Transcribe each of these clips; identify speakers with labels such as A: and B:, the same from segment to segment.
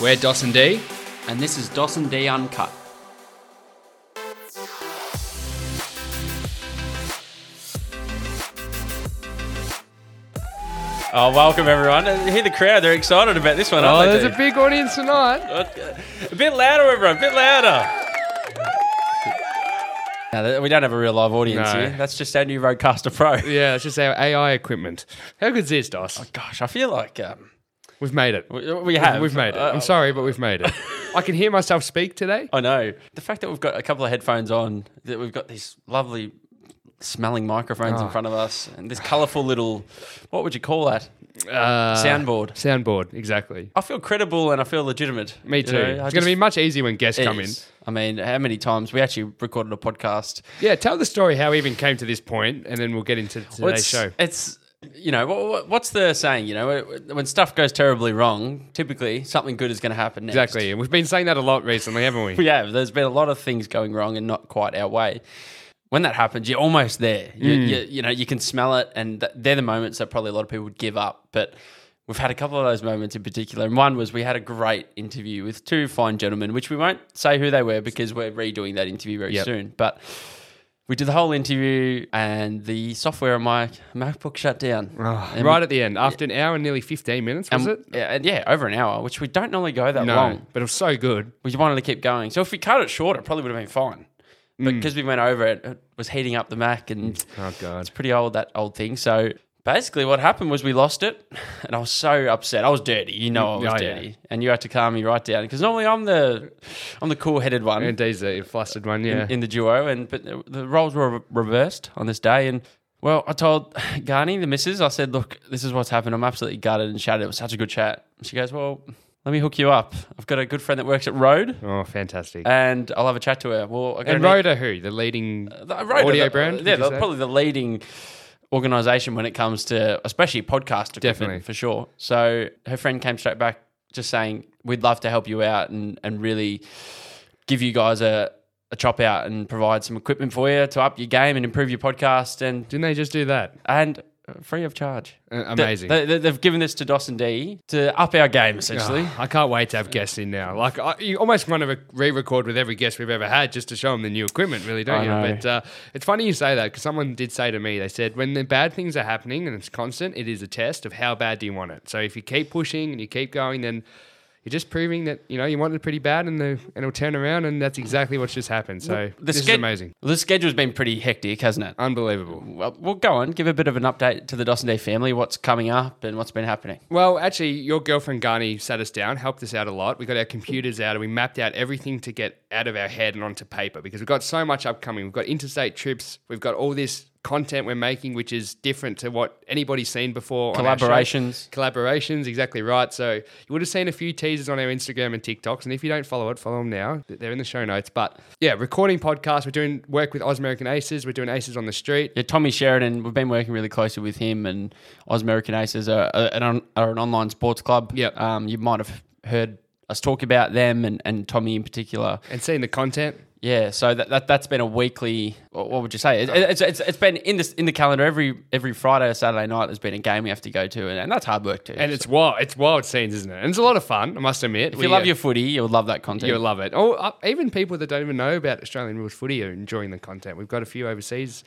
A: We're Dawson D.
B: and this is Dawson D Uncut.
C: Oh, welcome everyone! And hear the crowd; they're excited about this one.
A: Oh,
C: aren't
A: there's
C: they,
A: a big audience tonight.
C: a bit louder, everyone! A bit louder. No, that- we don't have a real live audience
A: No.
C: here. That's just our new Roadcaster Pro.
A: Yeah, it's just our AI equipment. How good's this, Dos?
C: Gosh, I feel like um,
A: We've made it.
C: we, we have.
A: We've made it.
C: Uh,
A: I'm sorry, but we've made it. I can hear myself speak today.
C: I know the fact that we've got a couple of headphones on, that we've got these lovely smelling microphones in front of us, and this colourful little what would you call that
A: Uh,
C: soundboard?
A: Soundboard, exactly.
C: I feel credible and I feel legitimate.
A: Me
C: you
A: too.
C: know? I
A: it's going
C: just-
A: to be much easier when guests
C: it
A: come in.
C: is. I mean, how many times we actually recorded a podcast?
A: Yeah, tell the story how we even came to this point, and then we'll get into today's
C: Well, it's,
A: show.
C: It's you know what- what, what's the saying? You know, when stuff goes terribly wrong, typically something good is going to happen. Next.
A: Exactly. And we've been saying that a lot recently, haven't we?
C: We have. There's been a lot of things going wrong and not quite our way. When that happens, you're almost there. You,
A: Mm.
C: you, you know, you can smell it, and th- they're the moments that probably a lot of people would give up. But we've had a couple of those moments in particular. And one was we had a great interview with two fine gentlemen, which we won't say who they were because we're redoing that interview very
A: Yep.
C: soon. But we did the whole interview, and the software on my MacBook shut down. And
A: Ah, right at the end, after an hour and nearly 15 minutes, was
C: and,
A: it?
C: Yeah, and yeah, over an hour, which we don't normally go that
A: No,
C: long.
A: but it was so good.
C: We wanted to keep going. So if we cut it short, it probably would have been fine. But
A: Mm.
C: because we went over it, it was heating up the Mac and
A: Oh, God.
C: it's pretty old, that old thing. So basically, what happened was we lost it and I was so upset. I was dirty. You know, I was
A: Oh, yeah.
C: dirty. And you had to calm me right down because normally I'm the, I'm the cool headed one
A: And D's a flustered one, yeah.
C: in the duo, and but the roles were re- reversed on this day. And well, I told Garni, the missus, I said, "Look, this is what's happened. I'm absolutely gutted and shattered. It was such a good chat." She goes, "Well, let me hook you up. I've got a good friend that works at Road,
A: oh, fantastic.
C: and I'll have a chat to her." Well, I got
A: and
C: an e-
A: Rhoda, who? The leading
C: the- Road are
A: audio
C: the-
A: brand?
C: yeah,
A: would you
C: they're
A: say?
C: probably the leading organization when it comes to especially podcast equipment,
A: Definitely.
C: for sure. So her friend came straight back just saying, "We'd love to help you out and and really give you guys a." A chop out and provide some equipment for you to up your game and improve your podcast and
A: Didn't they just do that?
C: and uh, free of charge.
A: Uh,
C: They-
A: amazing.
C: They, they, have given this to Dawson D to up our game essentially.
A: Oh, I can't wait to have guests in now. Like, I, you almost want to re-record with every guest we've ever had just to show them the new equipment, really, don't
C: I
A: you?
C: know.
A: But uh, it's funny you say that because someone did say to me, they said, when the bad things are happening and it's constant, it is a test of how bad do you want it. So if you keep pushing and you keep going, then you're just proving that you know you want it pretty bad, and the and it'll turn around, and that's exactly what's just happened. So
C: The
A: this
C: sched-
A: is amazing,
C: The schedule's been pretty hectic, hasn't it?
A: unbelievable.
C: Well, we'll go on, give a bit of an update to the Dawson Day family, what's coming up and what's been happening.
A: Well, actually, your girlfriend Garni sat us down, helped us out a lot. We got our computers out and we mapped out everything to get out of our head and onto paper because we've got so much upcoming. We've got interstate trips, we've got all this content we're making, which is different to what anybody's seen before. on our show.
C: Collaborations.
A: Collaborations, exactly right. So you would have seen a few teasers on our Instagram and TikToks, and if you don't follow it, follow them now. They're in the show notes. But yeah, recording podcasts. We're doing work with Oz American Aces. We're doing Aces on the Street.
C: Yeah, Tommy Sheridan, we've been working really closely with him and Oz American Aces are, are, an, are an online sports club.
A: Yep.
C: Um, you might have heard us talk about them and, and Tommy in particular.
A: And seeing the content,
C: Yeah, so that, that that's been a weekly. What what would you say? It, it's, it's, it's been in this in the calendar every every Friday or Saturday night. There's been a game we have to go to, and, and that's hard work too.
A: and it's wild. It's wild scenes, isn't it? And it's a lot of fun. I must admit.
C: if you love your footy, you'll love that content.
A: You'll love it. Oh, uh, even people that don't even know about Australian rules footy are enjoying the content. We've got a few overseas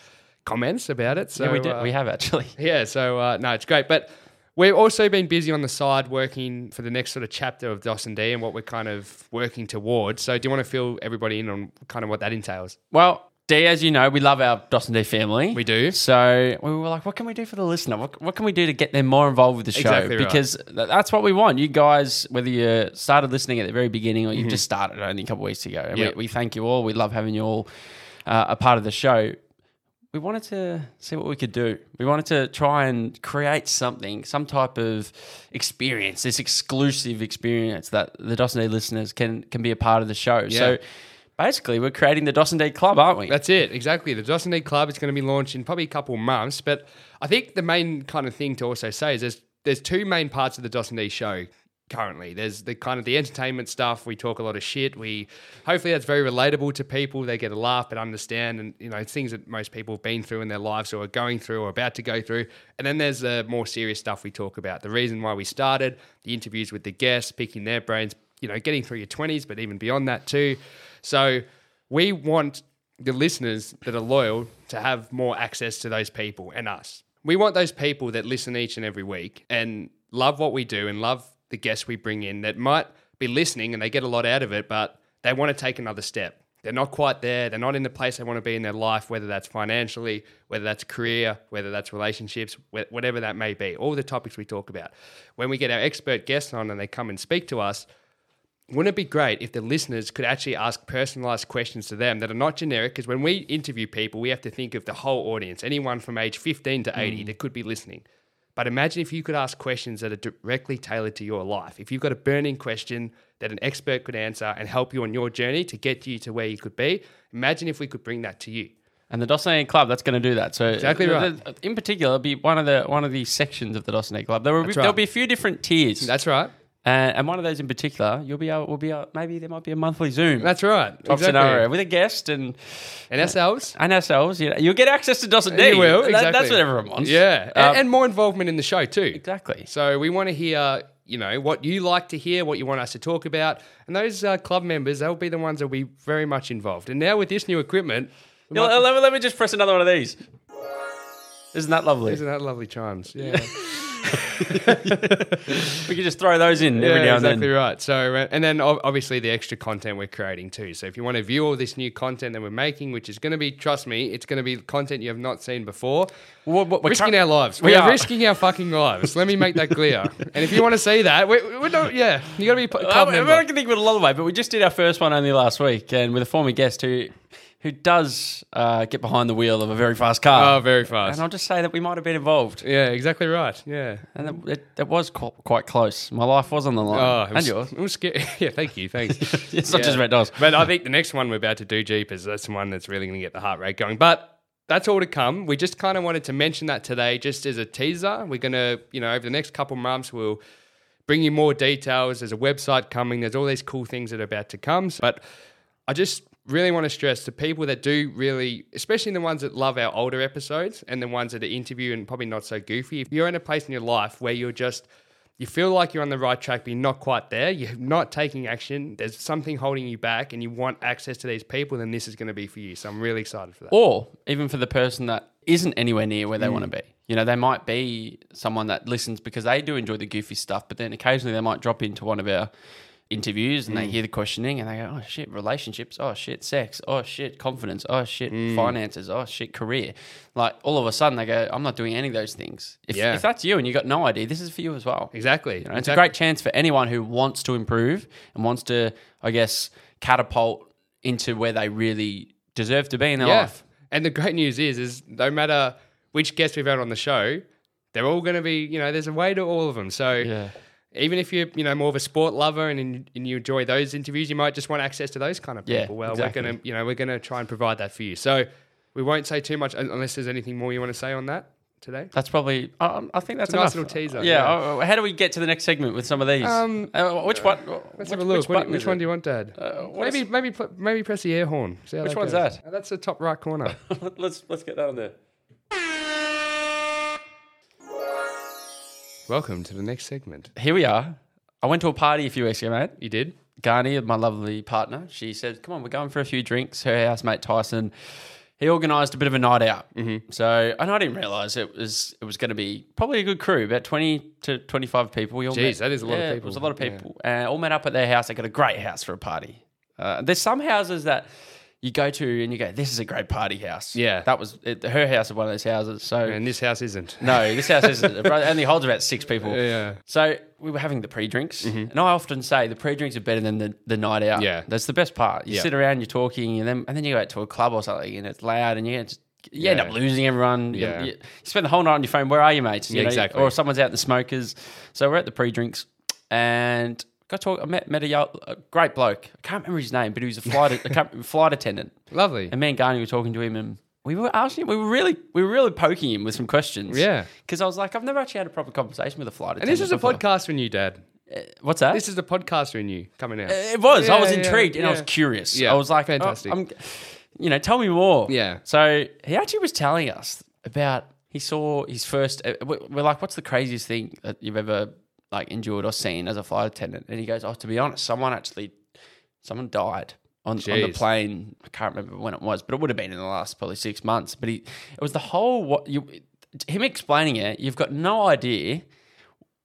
A: comments about it. So
C: yeah, we did.
A: uh,
C: we have actually.
A: yeah, so uh, no, it's great. But we've also been busy on the side working for the next sort of chapter of Dawson D and what we're kind of working towards. So do you want to fill everybody in on kind of what that entails?
C: Well, D, as you know, we love our Dawson D family.
A: We do.
C: So we were like, what can we do for the listener? What, what can we do to get them more involved with the show?
A: Exactly right.
C: Because th- that's what we want. You guys, whether you started listening at the very beginning or you just started only a couple weeks ago, and
A: Mm-hmm. Yep.
C: we, we thank you all. We love having you all uh, a part of the show. We wanted to see what we could do. We wanted to try and create something, some type of experience, this exclusive experience that the Dawson D listeners can can be a part of the show. So basically, we're creating the Dawson D Club, aren't we?
A: That's it, exactly. The Dawson D Club is going to be launched in probably a couple of months, but I think the main kind of thing to also say is there's there's two main parts of the Dawson D show currently. There's the kind of the entertainment stuff. We talk a lot of shit. We hopefully that's very relatable to people. They get a laugh but understand, and you know it's things that most people have been through in their lives or are going through or about to go through. And then there's the more serious stuff we talk about. The reason why we started, the interviews with the guests, picking their brains. you know, getting through your 20s, but even beyond that too. So we want the listeners that are loyal to have more access to those people and us. We want those people that listen each and every week and love what we do and love the guests we bring in that might be listening and they get a lot out of it, but they want to take another step. They're not quite there. They're not in the place they want to be in their life, whether that's financially, whether that's career, whether that's relationships, wh- whatever that may be, all the topics we talk about. When we get our expert guests on and they come and speak to us, wouldn't it be great if the listeners could actually ask personalized questions to them that are not generic? Because when we interview people, we have to think of the whole audience, anyone from age 15 to
C: Mm.
A: 80 that could be listening. But imagine if you could ask questions that are directly tailored to your life. If you've got a burning question that an expert could answer and help you on your journey to get you to where you could be, imagine if we could bring that to you.
C: And the Dossier Club, that's going to do that. So
A: Exactly
C: the-
A: right.
C: the- in particular, it'll be one of the one of the sections of the Dossier Club. There will be,
A: That's right.
C: there'll be a few different tiers, Uh,
A: That's right.
C: and, and one of those in particular, you'll be able, will be able, maybe there might be a monthly Zoom
A: That's right.
C: type scenario with a guest and
A: And ourselves.
C: and ourselves. You know, you'll get access to Dossier.
A: You will,
C: that's
A: exactly.
C: what everyone wants.
A: Yeah.
C: Um,
A: and, and more involvement in the show too.
C: exactly.
A: So we want to hear, you know, what you like to hear, what you want us to talk about, and those uh, club members, they'll be the ones that will be very much involved. And now with this new equipment, we
C: Let,
A: might-
C: uh, let me, let me just press another one of these. Isn't that lovely?
A: isn't that lovely chimes? Yeah,
C: We can just throw those in every now and
A: exactly
C: then.
A: right. So uh, and then ob- obviously the extra content we're creating too. So if you want to view all this new content that we're making, which is going to be, trust me, it's going to be content you have not seen before.
C: What- what- we're
A: risking
C: cur-
A: our lives.
C: we
A: We, are,
C: are.
A: risking our fucking lives. Let me make that clear. and if you want to see that, we, we're not. Yeah, you got to be. p-
C: I,
A: Club
C: I
A: member.
C: I can think of it a long way, but we just did our first one only last week, and with a former guest who who does uh, get behind the wheel of a very fast car.
A: Oh, very
C: and
A: fast.
C: I'll just say that we might have been involved,
A: Yeah, exactly right. Yeah.
C: and it, it, it was qu- quite close. My life was on the line,
A: Oh,
C: and yours.
A: It was scary. yeah, thank you, thanks.
C: It's not
A: Yeah.
C: just about dogs.
A: But I think the next one we're about to do, Jeepers, that's the one that's really going to get the heart rate going. But that's all to come. We just kind of wanted to mention that today, just as a teaser. We're going to, you know, over the next couple months, we'll bring you more details. There's a website coming. There's all these cool things that are about to come. But I just really want to stress to people that do really, especially the ones that love our older episodes and the ones that are interview and probably not so goofy. If you're in a place in your life where you're just you feel like you're on the right track, but you're not quite there. You're not taking action. There's something holding you back, and you want access to these people. Then this is going to be for you. So I'm really excited for that.
C: or even for the person that isn't anywhere near where they
A: Mm.
C: want to be. You know, they might be someone that listens because they do enjoy the goofy stuff, but then occasionally they might drop into one of our interviews
A: Mm.
C: and they hear the questioning and they go, "Oh shit, relationships. Oh shit, sex. Oh shit, confidence. Oh shit,
A: Mm.
C: finances. Oh shit, career." Like all of a sudden they go, "I'm not doing any of those things." If,
A: Yeah.
C: if that's you and you got no idea, this is for you as well.
A: Exactly.
C: You know, it's a
A: Exactly.
C: great chance for anyone who wants to improve and wants to, I guess, catapult into where they really deserve to be in their
A: Yeah.
C: life.
A: And the great news is, is no matter which guest we've had on the show, they're all going to be, you know, there's a way to all of them. So
C: Yeah.
A: even if you're, you know, more of a sport lover and, in, and you enjoy those interviews, you might just want access to those kind of people.
C: Yeah,
A: well,
C: exactly.
A: we're going to, you know, we're going to try and provide that for you. So we won't say too much un- unless there's anything more you want to say on that today.
C: That's probably. I, Um, I think that's
A: a nice
C: enough.
A: little teaser,
C: Yeah.
A: yeah.
C: uh, uh, how do we get to the next segment with some of these?
A: Um,
C: Uh, which one?
A: Let's
C: which,
A: have a look. Which,
C: button
A: which
C: is
A: one
C: it?
A: do you want, Dad?
C: Uh, what
A: maybe, maybe, pl- maybe press the air horn. See how
C: Which one's
A: goes.
C: that?
A: Uh, That's the top right corner.
C: let's let's get that on there.
A: Welcome to the next segment.
C: Here we are. I went to a party a few weeks ago, mate.
A: You did?
C: Garni, my lovely partner, she said, "Come on, we're going for a few drinks." Her housemate Tyson, he organised a bit of a night out. Mm-hmm. So, and I didn't realise it was it was going to be probably a good crew, about twenty to twenty five people. We all
A: Jeez,
C: met-
A: that is a lot of
C: Yeah, It
A: people.
C: was a lot of people. Uh, all met up at their house. They got a great house for a party. Uh, there's some houses that you go to and you go, "This is a great party house."
A: Yeah.
C: that was it, her house is one of those houses. So
A: And this house isn't.
C: no, this house isn't. It only holds about six people.
A: Yeah. Mm-hmm.
C: So we were having the pre-drinks, and I often say the pre-drinks are better than the, the night out.
A: Yeah.
C: that's the best part. You
A: Yeah.
C: sit around, you're talking, and then and then you go out to a club or something, and it's loud, and you get- you end
A: Yeah.
C: up losing everyone. You-
A: Yeah.
C: you, you spend the whole night on your phone. Where are you, mates? You
A: Yeah, exactly.
C: Or someone's out in the smokers. So we're at the pre-drinks, and got to talk. I met met a, yo- a great bloke. I can't remember his name, but he was a flight a can't- flight attendant.
A: Lovely.
C: And me and Garney were talking to him, and we were asking, we were really, we were really poking him with some questions.
A: Yeah.
C: because I was like, I've never actually had a proper conversation with a flight
A: And
C: attendant.
A: this is a
C: before.
A: podcast when you, Dad.
C: What's that?
A: This is the podcast when you coming out.
C: it was. I
A: Yeah,
C: was
A: yeah,
C: intrigued and I was
A: yeah.
C: curious.
A: Yeah,
C: I was like,
A: fantastic.
C: "Oh, I'm- you know, tell me more.
A: Yeah.
C: So he actually was telling us about he saw his first. uh, we- We're like, what's the craziest thing that you've ever like endured or seen as a flight attendant. And he goes, "Oh, to be honest, someone actually, someone died." On, on the
A: Jeez.
C: plane, I can't remember when it was, but it would have been in the last probably six months. But he, it was the whole what you, him explaining it. You've got no idea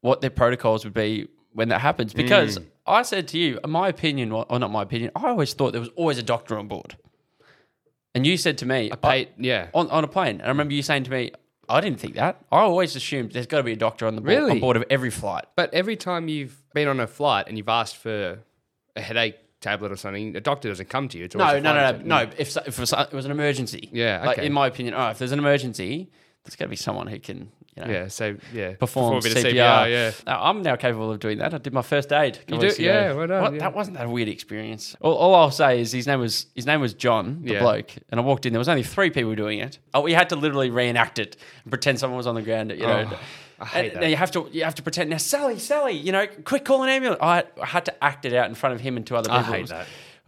C: what their protocols would be when that happens.
A: Mm.
C: Because I said to you, my opinion, or not my opinion, I always thought there was always a doctor on board. And you said to me, I-
A: Pay- yeah.
C: on, on a plane. And I remember you saying to me, I didn't think that. I always assumed there's got to be a doctor on the board,
A: Really?
C: on board of every flight.
A: But every time you've been on a flight and you've asked for a headache tablet or something, the doctor doesn't come to you. It's always
C: No,
A: the
C: no,
A: flight
C: no, no,
A: attendant.
C: no. If, so- if it was uh, it was an emergency,
A: Yeah,
C: Like
A: okay.
C: in my opinion, oh, if there's an emergency, there's got to be someone who can, you know,
A: Yeah, so yeah,
C: perform
A: a bit
C: CPR.
A: of CPR. Yeah,
C: Now, I'm now capable of doing that. I did my first aid. a couple
A: do-
C: weeks ago.
A: yeah, well done,
C: What-
A: yeah.
C: That wasn't that a weird experience. All, all I'll say is his name was his name was John, the
A: Yeah.
C: bloke. And I walked in. There was only three people doing it. Oh, we had to literally reenact it and pretend someone was on the ground. You know.
A: Oh, I hate
C: And
A: that.
C: Now you have to you have to pretend. Now Sally, Sally, you know, quick, call an ambulance. I, I had to act it out in front of him and two other people.
A: I hate that.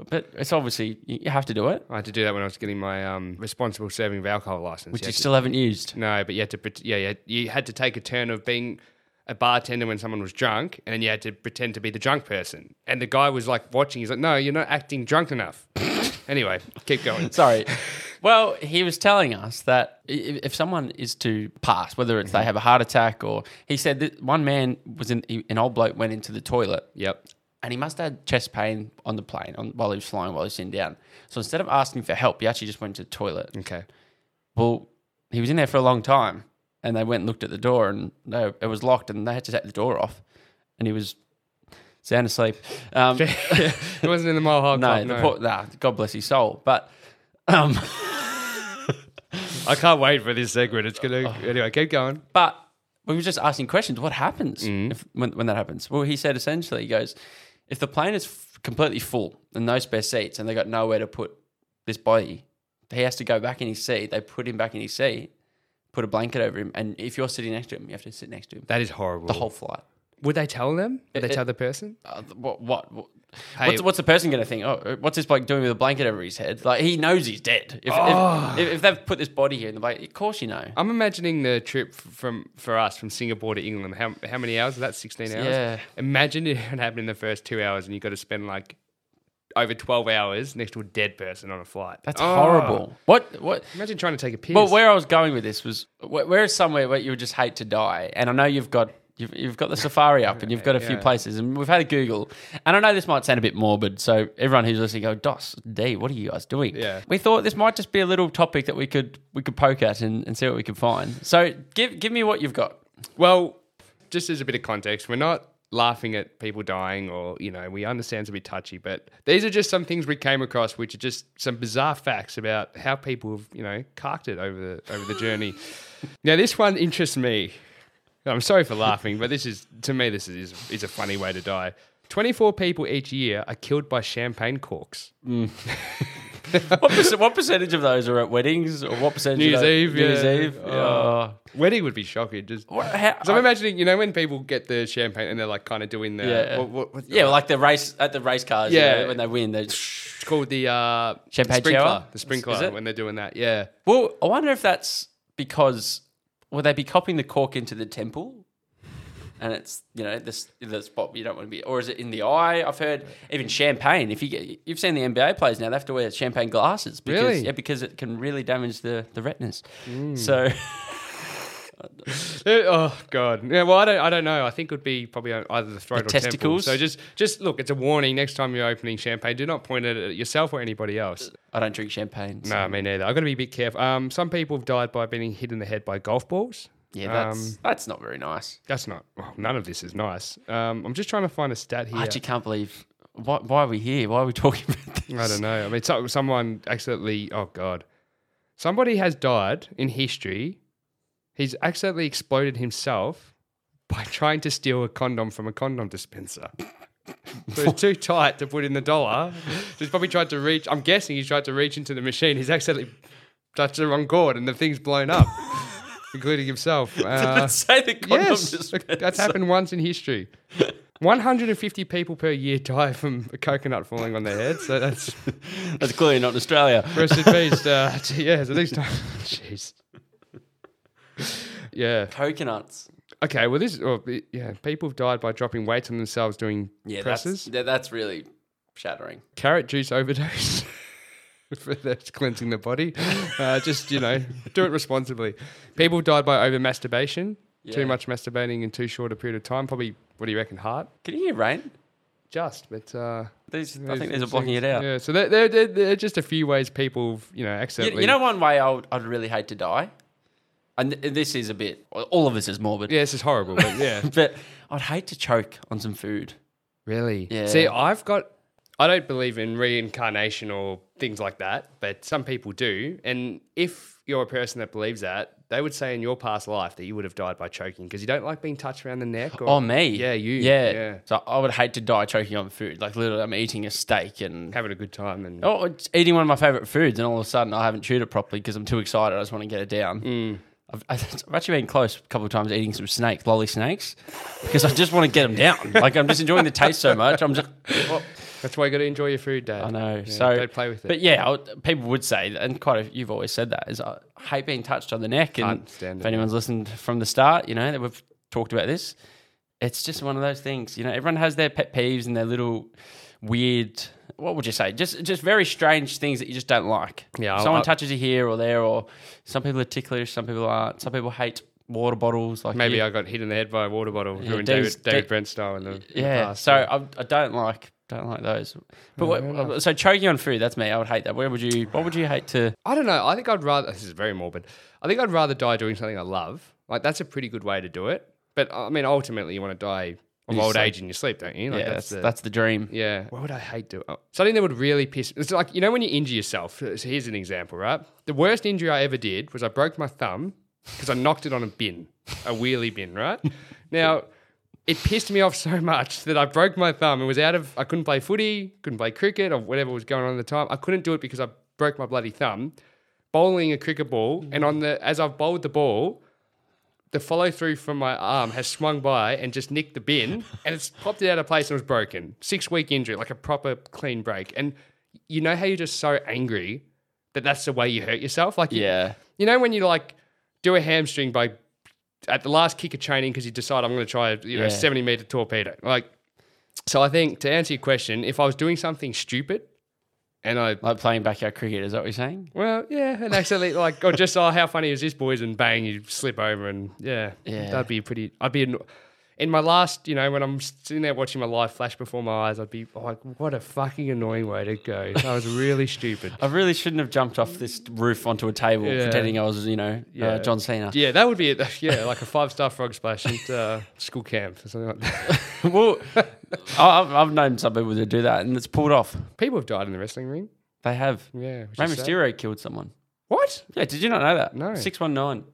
C: But it's obviously you you have to do it,
A: I had to do that when I was getting my um, responsible serving of alcohol license.
C: which
A: You
C: you
A: had to-
C: still haven't used.
A: no, but you had to pret- yeah, you had, you had to take a turn of being a bartender when someone was drunk, and then you had to pretend to be the drunk person. And the guy was like watching. He's like, "No, you're not acting drunk enough." anyway, keep going.
C: Sorry. Well, he was telling us that i- i- if someone is to pass, whether it's they have a heart attack or he said that one man was in, he- an old bloke went into the toilet
A: Yep.
C: and he must have had chest pain on the plane on, while he was flying, while he was sitting down. So instead of asking for help, he actually just went to the toilet.
A: Okay.
C: Well, he was in there for a long time and they went and looked at the door and no, it was locked and they had to take the door off and he was sound asleep. Um,
A: It wasn't in the mile high
C: no,
A: club.
C: the
A: Oh, No,
C: poor, nah, God bless his soul. But um,
A: I can't wait for this segment. It's gonna. Anyway, keep going.
C: But we were just asking questions. What happens if, when, when that happens? Well, he said essentially, he goes, if the plane is f- completely full and no spare seats and they got nowhere to put this body, he has to go back in his seat. They put him back in his seat, put a blanket over him. And if you're sitting next to him, you have to sit next to him
A: That is horrible.
C: the whole flight.
A: Would they tell them? Would
C: It-
A: they tell the person?
C: Uh, what? What? what
A: Hey.
C: what's, what's the person going to think? Oh, what's this bloke doing with a blanket over his head? Like he knows he's dead. If, if, if, if they've put this body here in the blanket, of course you know.
A: I'm imagining the trip f- from for us from Singapore to England. How how many hours? Is that 16 hours?
C: Yeah.
A: Imagine it had happened in the first two hours, and you got to spend like over 12 hours next to a dead person on a flight.
C: That's
A: Oh.
C: horrible. What? What?
A: Imagine trying to take a piss.
C: Well, where I was going with this was where, where is somewhere where you would just hate to die? And I know you've got you've, you've got the safari up and you've got a few
A: Yeah.
C: places, and we've had a Google. And I know this might sound a bit morbid, so everyone who's listening, go DOS D. What are you guys doing?
A: Yeah.
C: we thought this might just be a little topic that we could we could poke at and, and see what we could find. So give give me what you've got.
A: Well, just as a bit of context, we're not laughing at people dying or, you know, we understand it's a bit touchy, but these are just some things we came across which are just some bizarre facts about how people have, you know, carked it over the over the journey. now this one interests me. I'm sorry for laughing, but this is to me this is is a funny way to die. 24 people each year are killed by champagne corks.
C: What, perc- what percentage of those are at weddings, or what percentage?
A: New Year's
C: of
A: Eve,
C: those- New Year's
A: yeah.
C: Eve.
A: Oh.
C: Oh.
A: Wedding would be shocking. Just
C: What- how-
A: So I'm imagining, you know, when people get the champagne and they're like kind of doing the
C: yeah,
A: what- what- what-
C: yeah, like the race at the race cars. Yeah,
A: Yeah.
C: when they win, they.
A: It's called the uh,
C: Champagne
A: sprinkler.
C: shower?
A: The sprinkler
C: Is it?
A: when they're doing that. Yeah.
C: Well, I wonder if that's because will they be copying the cork into the temple? And it's you know this the spot you don't want to be, or is it in the eye? I've heard even champagne. If you get, you've seen the NBA players now, they have to wear champagne glasses because
A: Really? Mm.
C: yeah, because it can really damage the the retinas. So
A: Eh, Oh god. Yeah. Well, I don't. I don't know. I think it would be probably on either the throat or testicles.
C: testicles?
A: Temple. So just, just look. It's a warning. Next time you're opening champagne, do not point it at yourself or anybody else.
C: I don't drink champagne. so-
A: No, me neither. I've got to be a bit careful. Um, some people have died by being hit in the head by golf balls.
C: yeah, that's
A: Um,
C: that's not very nice.
A: that's not. Well, none of this is nice. Um, I'm just trying to find a stat here.
C: I actually can't believe why, why are we here? Why are we talking about this?
A: I don't know. I mean, so, someone accidentally. Oh God, somebody has died in history. He's accidentally exploded himself by trying to steal a condom from a condom dispenser. So it's too tight to put in the dollar. So he's probably tried to reach. I'm guessing he's tried to reach into the machine. He's accidentally touched the wrong cord, and the thing's blown up, including himself. Uh,
C: Say the condom
A: yes,
C: dispenser.
A: that's happened once in history. 150 people per year die from a coconut falling on their head. So that's
C: That's clearly not in Australia.
A: Rest in peace. Uh, t- yeah, so next time. Jeez. Yeah.
C: Coconuts.
A: Okay, well, this, well, it- yeah, people have died by dropping weights on themselves doing
C: Yeah,
A: presses.
C: that's yeah, that's really shattering.
A: Carrot juice overdose. For that's cleansing the body. Uh, just, you know, do it responsibly. People have died by over masturbation.
C: Yeah.
A: Too much masturbating in too short a period of time. Probably, what do you reckon, heart?
C: Can you hear rain?
A: Just, but. Uh,
C: These, I think these are blocking it out.
A: Yeah, so they're, they're, they're, they're just a few ways people, you know, accidentally.
C: You, you know one way I would, I'd really hate to die, and th- this is a bit. All of this is morbid.
A: Yeah, this is horrible, but yeah.
C: But I'd hate to choke on some food.
A: Really?
C: Yeah.
A: See, I've got. I don't believe in reincarnation or things like that, but some people do. And if you're a person that believes that, they would say in your past life that you would have died by choking because you don't like being touched around the neck. Or,
C: Oh me.
A: Yeah, you.
C: Yeah.
A: yeah.
C: So I would hate to die choking on food. Like literally, I'm eating a steak and
A: Having a good time and
C: oh, it's eating one of my favorite foods, and all of a sudden I haven't chewed it properly because I'm too excited. I just want to get it down. I've, I've actually been close a couple of times eating some snakes, lolly snakes, because I just want to get them down. Like I'm just enjoying the taste so much. I'm just.
A: that's why you got to enjoy your food, Dad.
C: I know.
A: Yeah,
C: so
A: don't play with it.
C: But yeah, I would- people would say, and quite a, you've always said that is I hate being touched on the neck. And
A: Can't stand
C: if
A: it,
C: anyone's listened from the start, you know that we've talked about this. It's just one of those things. You know, everyone has their pet peeves and their little weird. What would you say? Just just very strange things that you just don't like.
A: Yeah,
C: If someone
A: I-
C: touches you here or there, or some people are ticklish, some people aren't. Some people hate water bottles. Like
A: Maybe
C: you-
A: I got hit in the head by a water bottle
C: Yeah,
A: doing
C: Dave's-
A: David, David
C: Da-
A: Brent style in the, in the
C: yeah.
A: past.
C: So I, I don't like don't like those. But what, so choking on food, that's me. I would hate that. Where would you? What would you hate to?
A: I don't know. I think I'd rather. This is very morbid. I think I'd rather die doing something I love. Like that's a pretty good way to do it. But I mean, ultimately, you want to die of
C: your
A: old
C: sleep.
A: age in your sleep, don't you? Like,
C: yeah, that's that's the,
A: the-
C: dream.
A: yeah. What would I hate to? Oh, something that would really piss. It's like you know when you injure yourself. So Here's an example, right? The worst injury I ever did was I broke my thumb because I knocked it on a bin, a wheelie bin, right? Now. It pissed me off so much that I broke my thumb and was out of. I couldn't play footy, couldn't play cricket, or whatever was going on at the time. I couldn't do it because I broke my bloody thumb bowling a cricket ball, and on the as I've bowled the ball, the follow through from my arm has swung by and just nicked the bin, and it's popped it out of place and was broken. Six week injury, like a proper clean break. And you know how you're just so angry that that's the way you hurt yourself. Like you-
C: Yeah.
A: you know when you like do a hamstring by at the last kick of training because you decide I'm going to try a you know
C: Yeah.
A: 70 meter torpedo. Like, so I think to answer your question, if I was doing something stupid and I
C: Like playing backyard cricket, is that what you're saying?
A: well, yeah, and actually, like, or just oh, how funny is this, boys? And bang, you slip over, and yeah,
C: Yeah.
A: that'd be pretty. I'd be in, in my last, you know, when I'm sitting there watching my life flash before my eyes, I'd be like, what a fucking annoying way to go. That was really stupid.
C: I really shouldn't have jumped off this roof onto a table
A: Yeah.
C: pretending I was, you know, uh,
A: Yeah.
C: John Cena.
A: Yeah, that would be it. Yeah, like a five star frog splash at uh, school camp or something like that.
C: well, I, I've, I've known some people that do that, and it's pulled off.
A: People have died in the wrestling ring.
C: They have.
A: Yeah, which
C: Rey
A: is sad.
C: Mysterio killed someone.
A: What?
C: Yeah, did you not know that?
A: No.
C: Six one nine.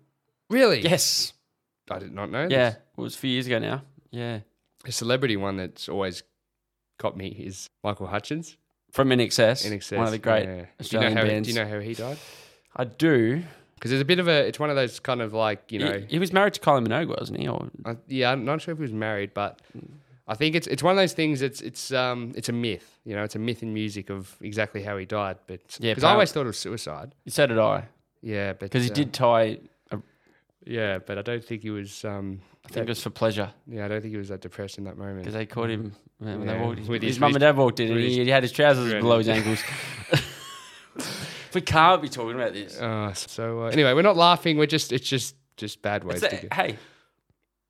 A: Really?
C: Yes.
A: I did not know.
C: Yeah.
A: this.
C: It was a few years ago now. Yeah.
A: A celebrity one that's always got me is Michael Hutchins.
C: From In Excess.
A: In excess.
C: One of the great
A: Yeah. Do you know
C: Australian
A: how-
C: bands.
A: Do you know how he died?
C: I do.
A: Because there's a bit of a, it's one of those kind of like, you
C: He-
A: know,
C: He, was married to Kylie Minogue, wasn't he? Or
A: I, yeah, I'm not sure if he was married, but I think it's it's one of those things. It's it's um it's a myth, you know, it's a myth in music of exactly how he died. But
C: Yeah,
A: because I always thought it was suicide.
C: so did I.
A: Yeah, but
C: Because he
A: uh,
C: did tie. a-
A: Yeah, but I don't think he was. Um,
C: I think it was for pleasure
A: yeah, I don't think he was that depressed in that moment.
C: because they caught him uh, when they
A: Yeah,
C: walked. His,
A: with
C: his
A: his-
C: mum and dad walked in, and
A: with
C: he,
A: his-
C: he had his trousers
A: Yeah.
C: below his ankles. we can't be talking about this.
A: Uh, so uh, anyway, we're not laughing. We're just it's just just bad ways
C: It's
A: to
C: the-
A: get.
C: hey,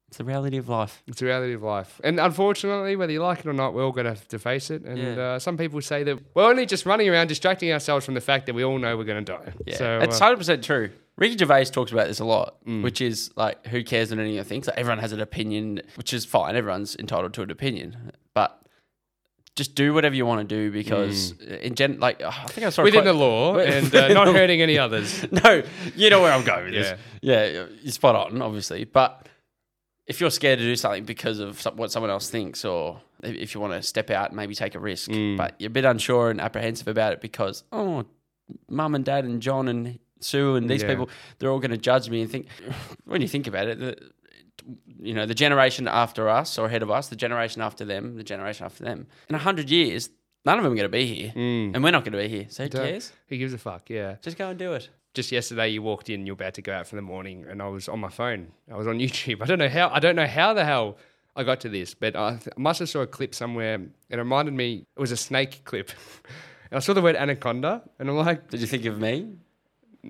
C: it's the reality of life.
A: It's the reality of life. And unfortunately, whether you like it or not, we're all going to have to face it. And
C: Yeah.
A: uh, some people say that we're only just running around distracting ourselves from the fact that we all know we're going to die.
C: Yeah,
A: So,
C: it's
A: uh,
C: hundred percent true. Mm. Ricky Gervais talks about this a lot, which is like, who cares what anyone thinks? Like, everyone has an opinion, which is fine. Everyone's entitled to an opinion, but just do whatever you want to do because, in gen, like, oh, I think I saw a
A: within
C: quote-
A: the law
C: Wait.
A: and uh, not hurting any others.
C: no, you know where I'm going with
A: Yeah.
C: this. Yeah, you're spot on, obviously. But if you're scared to do something because of some- what someone else thinks, or if- if you want to step out and maybe take a risk, but you're a bit unsure and apprehensive about it because, oh, mum and dad and John and Sue and these
A: Yeah.
C: people, they're all going to judge me and think, when you think about it, the, you know, the generation after us or ahead of us, the generation after them, the generation after them. In 100 Mm. years, none of them are going to be here. And we're not going to be here. So who cares?
A: Who gives a fuck? Yeah.
C: Just go and do it.
A: just yesterday you walked in, you're about to go out for the morning, and I was on my phone. I was on YouTube. I don't know how. I don't know how the hell I got to this, but I, th- I must have saw a clip somewhere. and It reminded me. It was a snake clip. And I saw the word anaconda, and I'm like,
C: Did you think of me?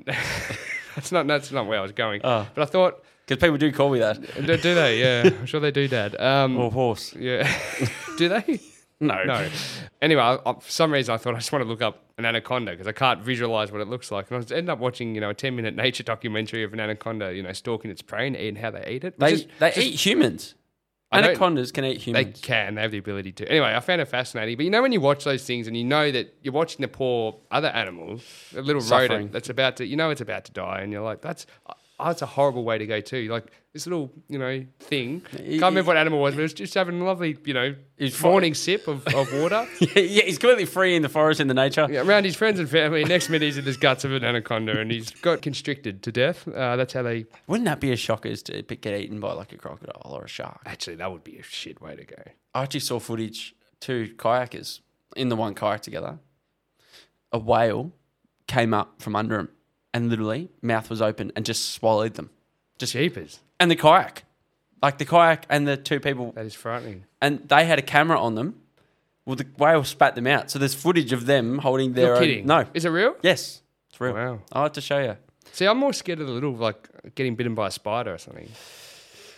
A: that's not that's not where I was going.
C: Oh.
A: But I thought,
C: Because people do call me that.
A: do, do they? Yeah, I'm sure they do, Dad. Um,
C: Or horse.
A: Yeah, do they?
C: No.
A: No. Anyway, I, I, for some reason, I thought I just want to look up an anaconda because I can't visualize what it looks like. And I was- ended up watching, you know, a 10 minute nature documentary of an anaconda, you know, stalking its prey and eating how they eat it.
C: They,
A: Just-
C: they eat humans.
A: I don't-
C: Anacondas can eat
A: they
C: humans.
A: can. They have the ability to. Anyway, I found it fascinating. But you know, when you watch those things and you know that you're watching the poor other animals, a little
C: Suffering.
A: rodent that's about to, you know, it's about to die, and you're like, that's. Oh, that's a horrible way to go too. Like this little, you know, thing. Can't remember what animal it was, but it was just having a lovely, you know,
C: It's fine.
A: morning sip of, of water.
C: yeah, he's completely free in the forest, in the nature.
A: Yeah, around his friends and family. Next minute, he's in the guts of an anaconda and he's got constricted to death. Uh, that's how they.
C: Wouldn't that be a shocker is to be- get eaten by like a crocodile or a shark?
A: Actually, that would be a shit way to go.
C: I actually saw footage two kayakers in the one kayak together. A whale came up from under them and literally mouth was open and just swallowed them.
A: Jeepers.
C: And the kayak, like the kayak and the two people
A: That is frightening.
C: and they had a camera on them. Well, the whale spat them out. So there's footage of them holding their
A: You're
C: own.
A: kidding.
C: No.
A: Is it real?
C: Yes. It's real.
A: Wow.
C: I'll have to show you.
A: See, I'm more scared of the little, like, getting bitten by a spider or something.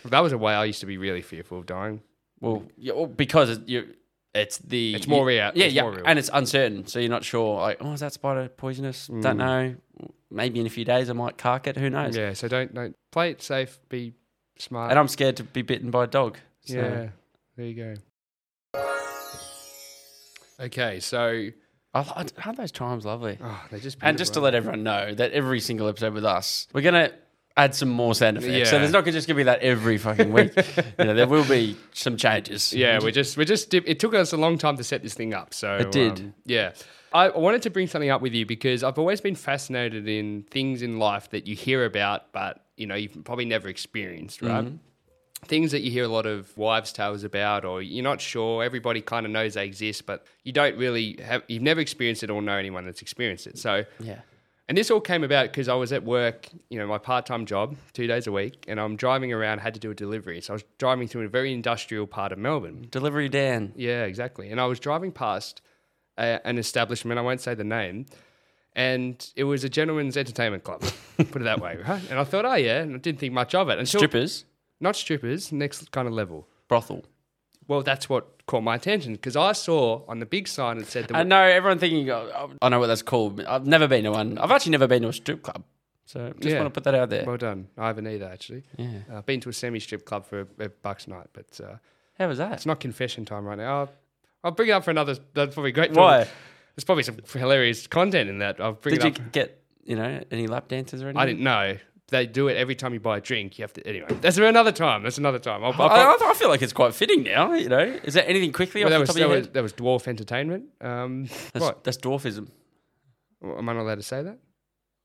A: If that was a whale, I used to be really fearful of dying.
C: Well, yeah, well because it- you, it's the.
A: It's more real.
C: Yeah,
A: It's
C: yeah.
A: more real.
C: And it's uncertain. So you're not sure. Like, oh, is that spider poisonous?
A: Hmm.
C: Don't know. Maybe in a few days I might cark it. Who knows?
A: Yeah, so don't, don't play it safe, be smart.
C: And I'm scared to be bitten by a dog. So.
A: yeah, there you go. Okay, so
C: I, I, aren't those times lovely?
A: oh, they're just
C: And just to
A: beautiful.
C: let everyone know that every single episode with us, we're gonna add some more sound effects. So
A: Yeah.
C: there's not gonna just gonna be that every fucking week. you know, there will be some changes.
A: Yeah, we're just we're just dip- it took us a long time to set this thing up. So
C: It did.
A: um, yeah, I I wanted to bring something up with you because I've always been fascinated in things in life that you hear about, but you know you've probably never experienced, right?
C: Mm-hmm.
A: Things that you hear a lot of wives' tales about, or you're not sure. Everybody kind of knows they exist, but you don't really have. You've never experienced it or know anyone that's experienced it. So
C: Yeah.
A: and this all came about because I was at work, you know, my part time job, two days a week, and I'm driving around, had to do a delivery. So I was driving through a very industrial part of Melbourne.
C: Delivery Dan.
A: Yeah, exactly. And I was driving past uh an establishment, I won't say the name, and it was a gentleman's entertainment club, put it that way, right? And I thought, oh, yeah, and I didn't think much of it. Until,
C: Strippers.
A: Not strippers, next kind of level.
C: Brothel.
A: Well, that's what caught my attention because I saw on the big sign it said, the,
C: I know Uh, everyone thinking. Oh, I know what that's called. I've never been to one. I've actually never been to a strip club. So just
A: Yeah.
C: want to put that out there.
A: well done. I haven't either, actually.
C: Yeah.
A: I've been to a semi strip club for a, a bucks night, but uh,
C: How was that?
A: it's not confession time right now. I'll, I'll bring it up for another. That's probably great.
C: Why?
A: There's probably some hilarious content in that. I'll bring
C: Did
A: it
C: you
A: up.
C: get you know any lap dances or anything?
A: I didn't know. They do it every time you buy a drink. You have to anyway. That's another time. That's another time. I'll, I'll,
C: I, I, I feel like it's quite fitting now. You know, is there anything quickly
A: well,
C: off
A: that
C: the
A: was, that,
C: top of your
A: was,
C: head?
A: that was dwarf entertainment. Um,
C: That's,
A: right?
C: that's dwarfism.
A: Well, Am I not allowed to say that?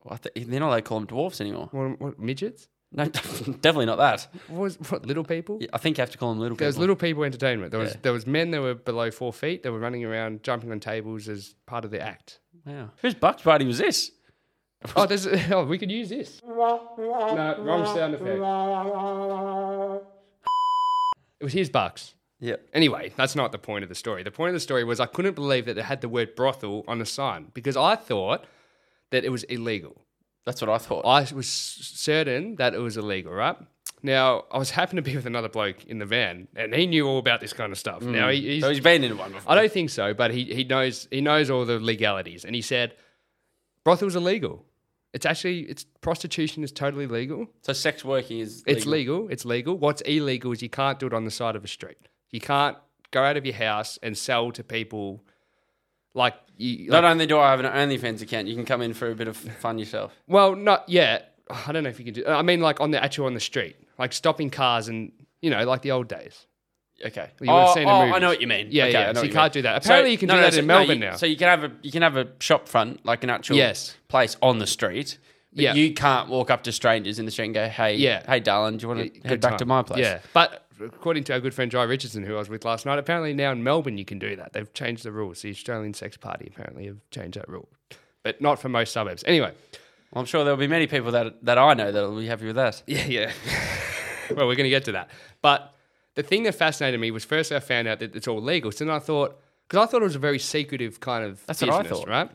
C: Well, I th- they're not allowed to call them dwarfs anymore.
A: What, what midgets?
C: No, definitely not that.
A: What, was, what little people?
C: Yeah, I think you have to call them little
A: There was
C: people.
A: little people entertainment. There was
C: Yeah.
A: there was men that were below four feet. They were running around, jumping on tables as part of the act.
C: Wow. Whose bucks party was this?
A: Oh, there's oh, we could use this. No, wrong sound effect. It was his bucks.
C: Yeah.
A: Anyway, that's not the point of the story. The point of the story was I couldn't believe that it had the word brothel on the sign because I thought that it was illegal.
C: That's what I thought.
A: I was certain that it was illegal, right? Now, I was happened to be with another bloke in the van and he knew all about this kind of stuff. Now, he, he's,
C: so he's been in one before.
A: I don't think so, but he, he knows he knows all the legalities. And he said, brothel's illegal. It's actually, it's prostitution is totally legal.
C: so sex working is
A: It's legal. It's legal. What's illegal is you can't do it on the side of a street. You can't go out of your house and sell to people like you.
C: Not
A: like-
C: only do I have an OnlyFans account, you can come in for a bit of fun yourself.
A: well, not yet. I don't know if you can do. I mean, like on the actual on the street, like stopping cars and you know, like the old days.
C: Okay.
A: You would've seen the
C: Oh, I
A: movies.
C: know what you mean.
A: Yeah,
C: okay,
A: yeah,
C: I know
A: so
C: what
A: you can't
C: mean.
A: do that. Apparently you can do that in Melbourne
C: you-
A: now.
C: So you can have a you can have a shop front like an actual
A: Yes.
C: place on the street. But
A: Yeah.
C: you can't walk up to strangers in the street and go, "Hey,
A: Yeah.
C: hey, darling, do you want to head
A: Good
C: back
A: time.
C: to my place?"
A: Yeah, but according to our good friend Jai Richardson, who I was with last night, apparently now in Melbourne you can do that. They've changed the rules. The Australian Sex Party apparently have changed that rule, but not for most suburbs. Anyway,
C: Well, I'm sure there'll be many people that that I know that'll be happy with that.
A: Yeah, yeah. well, we're going to get to that. But the thing that fascinated me was first I found out that it's all legal. So then I thought, because I thought it was a very secretive kind of
C: That's what I
A: business,
C: thought.
A: right?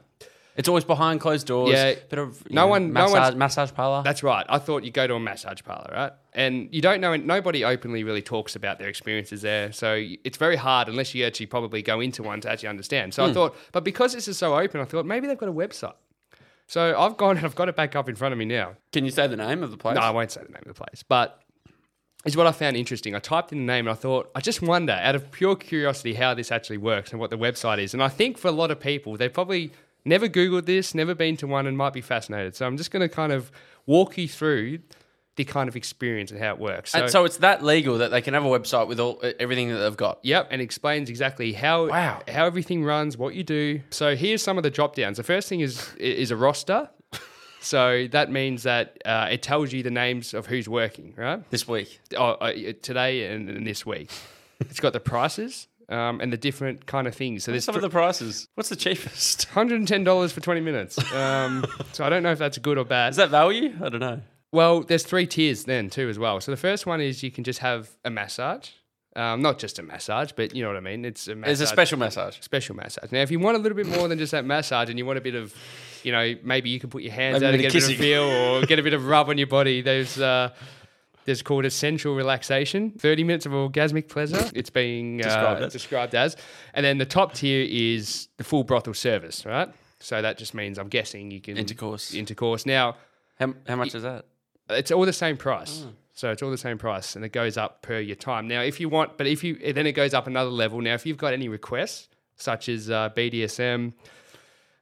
C: It's always behind closed doors.
A: Yeah.
C: Bit of you
A: No one- no
C: massage,
A: one's-
C: massage parlor.
A: That's right. I thought you go to a massage parlor, right? And you don't know, nobody openly really talks about their experiences there. So it's very hard unless you actually probably go into one to actually understand.
C: Hmm.
A: So I thought, but because this is so open, I thought maybe they've got a website. So I've gone and I've got it back up in front of me now.
C: Can you say the name of the place?
A: No, I won't say the name of the place, but is what I found interesting. I typed in the name and I thought, I just wonder, out of pure curiosity, how this actually works and what the website is. And I think for a lot of people, they've probably never Googled this, never been to one, and might be fascinated. So I'm just going to kind of walk you through the kind of experience and how it works. So,
C: And so it's that legal that they can have a website with all e, everything that they've got.
A: yep, and explains exactly how
C: Wow.
A: how everything runs, what you do. So here's some of the drop downs. The first thing is is a roster. So that means that uh, it tells you the names of who's working, right?
C: This week,
A: oh, uh, today and, and this week. It's got the prices um, and the different kind of things. So there's
C: some of the prices. What's the cheapest?
A: hundred and ten dollars for twenty minutes. Um, so I don't know if that's good or bad.
C: Is that value? I don't know.
A: well, there's three tiers then too as well. So the first one is you can just have a massage, um, not just a massage, but you know what I mean. It's a massage.
C: It's a special massage.
A: special massage. Now, if you want a little bit more than just that massage, and you want a bit of, you know, maybe you can put your hands
C: Maybe
A: out and
C: the
A: get a
C: kissing.
A: bit of feel or get a bit of rub on your body. There's uh, there's called essential relaxation, thirty minutes of orgasmic pleasure. It's being uh,
C: Describe it.
A: described as, and then the top tier is the full brothel service, right? So that just means I'm guessing you can
C: Intercourse.
A: Intercourse. Now
C: How, how much is that?
A: it's all the same price.
C: Mm.
A: So it's all the same price, and it goes up per your time. Now, if you want, but if you then it goes up another level. Now, if you've got any requests such as uh, BDSM,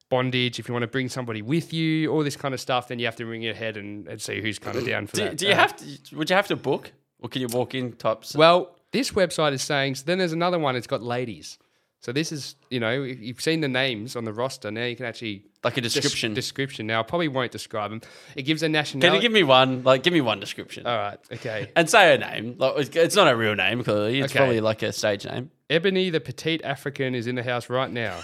A: bondage, if you want to bring somebody with you, all this kind of stuff, then you have to ring your head and, and see who's kind of down for
C: Do,
A: that.
C: do you
A: Uh,
C: have to? Would you have to book, or can you walk in? Types.
A: Well, this website is saying. So then there's another one. It's got ladies. So this is you know if you've seen the names on the roster. Now you can actually
C: like a
A: des-
C: description.
A: description. Now I probably won't describe them. It gives a nationality.
C: can you give me one? Like, give me one description.
A: all right. Okay.
C: And say her name. Like, it's- it's not a real name, clearly. It's
A: Okay.
C: probably like a stage name.
A: Ebony the petite African is in the house right now.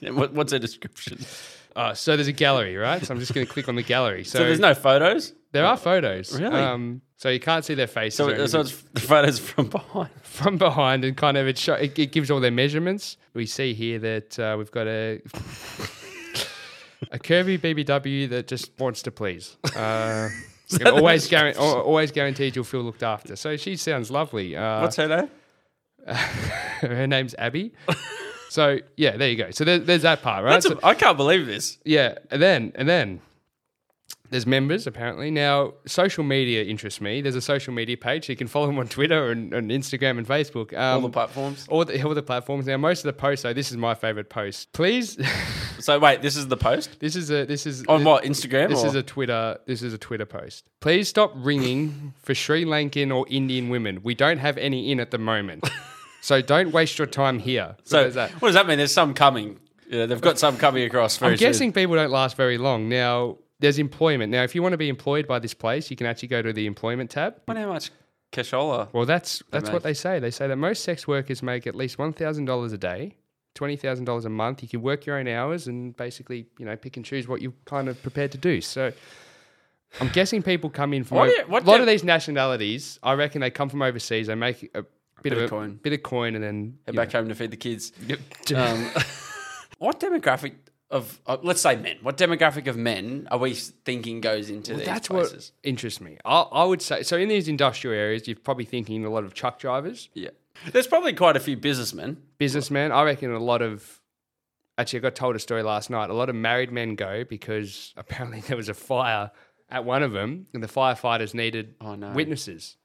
C: Yeah, What, what's a description?
A: Uh, so there's a gallery, right? So I'm just going to click on the gallery. So,
C: So there's no photos.
A: there are photos.
C: Really?
A: Um, so you can't see their faces or
C: So, uh,
A: anything.
C: so it's the photos from behind.
A: from behind and kind of it, show, it, it gives all their measurements. We see here that uh, we've got a a curvy BBW that just wants to please. Uh, it always, guaran- al- always guaranteed you'll feel looked after. So she sounds lovely. Uh,
C: What's her name?
A: her name's Abby. so yeah, there you go. So there, there's that part, right?
C: That's
A: So-
C: a, I can't believe this.
A: Yeah, and then and then there's members apparently. Now, social media interests me. There's a social media page. So you can follow them on Twitter and, and Instagram and Facebook. Um,
C: All the platforms.
A: All the, all the platforms. Now, most of the posts, though, this is my favorite post. Please,
C: So wait, this is the post
A: this is a this is
C: on what Instagram?
A: This
C: or?
A: is a Twitter. This is a Twitter post. Please stop ringing for Sri Lankan or Indian women. We don't have any in at the moment, so don't waste your time here.
C: so
A: there's that.
C: what does that mean? There's some coming. Yeah, they've got some coming across. Very
A: I'm guessing people don't last very long. Now, there's employment. Now, if you want to be employed by this place, you can actually go to the employment tab.
C: Soon. I wonder how much cashola.
A: Well, that's that's what
C: make-
A: they say. They say that most sex workers make at least one thousand dollars a day, twenty thousand dollars a month. You can work your own hours and basically, you know, pick and choose what you're kind of prepared to do. So. I'm guessing people come in from
C: What
A: o-
C: do you- what
A: a lot
C: do-
A: of these nationalities. I reckon they come from overseas. They make a bit, of, a
C: coin.
A: bit of coin, and then you
C: Head
A: know,
C: back home to feed the kids. Um, what demographic of uh, let's say men? What demographic of men are we thinking goes into these
A: That's
C: places?
A: what interests me. I, I would say so. In these industrial areas, you're probably thinking a lot of truck drivers,
C: yeah, there's probably quite a few businessmen.
A: businessmen. I reckon a lot of. Actually, I got told a story last night. A lot of married men go because apparently there was a fire at one of them, and the firefighters needed
C: Oh, no.
A: witnesses,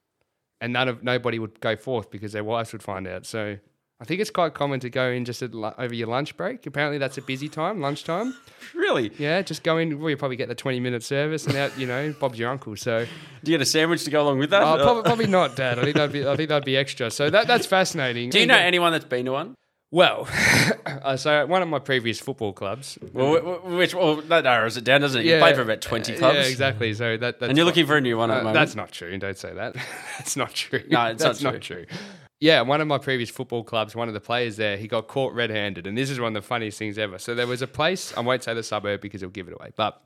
A: and none of nobody would go forth because their wives would find out. So. I think it's quite common to go in just at, lu- over your lunch break. Apparently, that's a busy time, lunchtime.
C: Really?
A: Yeah, just go in. Well, you probably get the twenty-minute service, and out, you know, Bob's your uncle. So
C: Do you get a sandwich to go along with that? Uh,
A: Oh, probably, probably not, Dad. I think that'd be I think that'd be extra. So that that's fascinating.
C: Do you know anyone that's been to one?
A: Well, uh, so at one of my previous football clubs.
C: Well, wh- wh- which well, that narrows it down, doesn't it? You
A: Yeah.
C: played for about twenty clubs,
A: Yeah, exactly. So that that's
C: and you're
A: not-
C: looking for a new one at
A: uh,
C: the moment.
A: that's not true. Don't say that. that's not true.
C: No, it's not
A: that's not true. Yeah, one of my previous football clubs, one of the players there, he got caught red-handed, and this is one of the funniest things ever. So there was a place. I won't say the suburb because he'll give it away, but.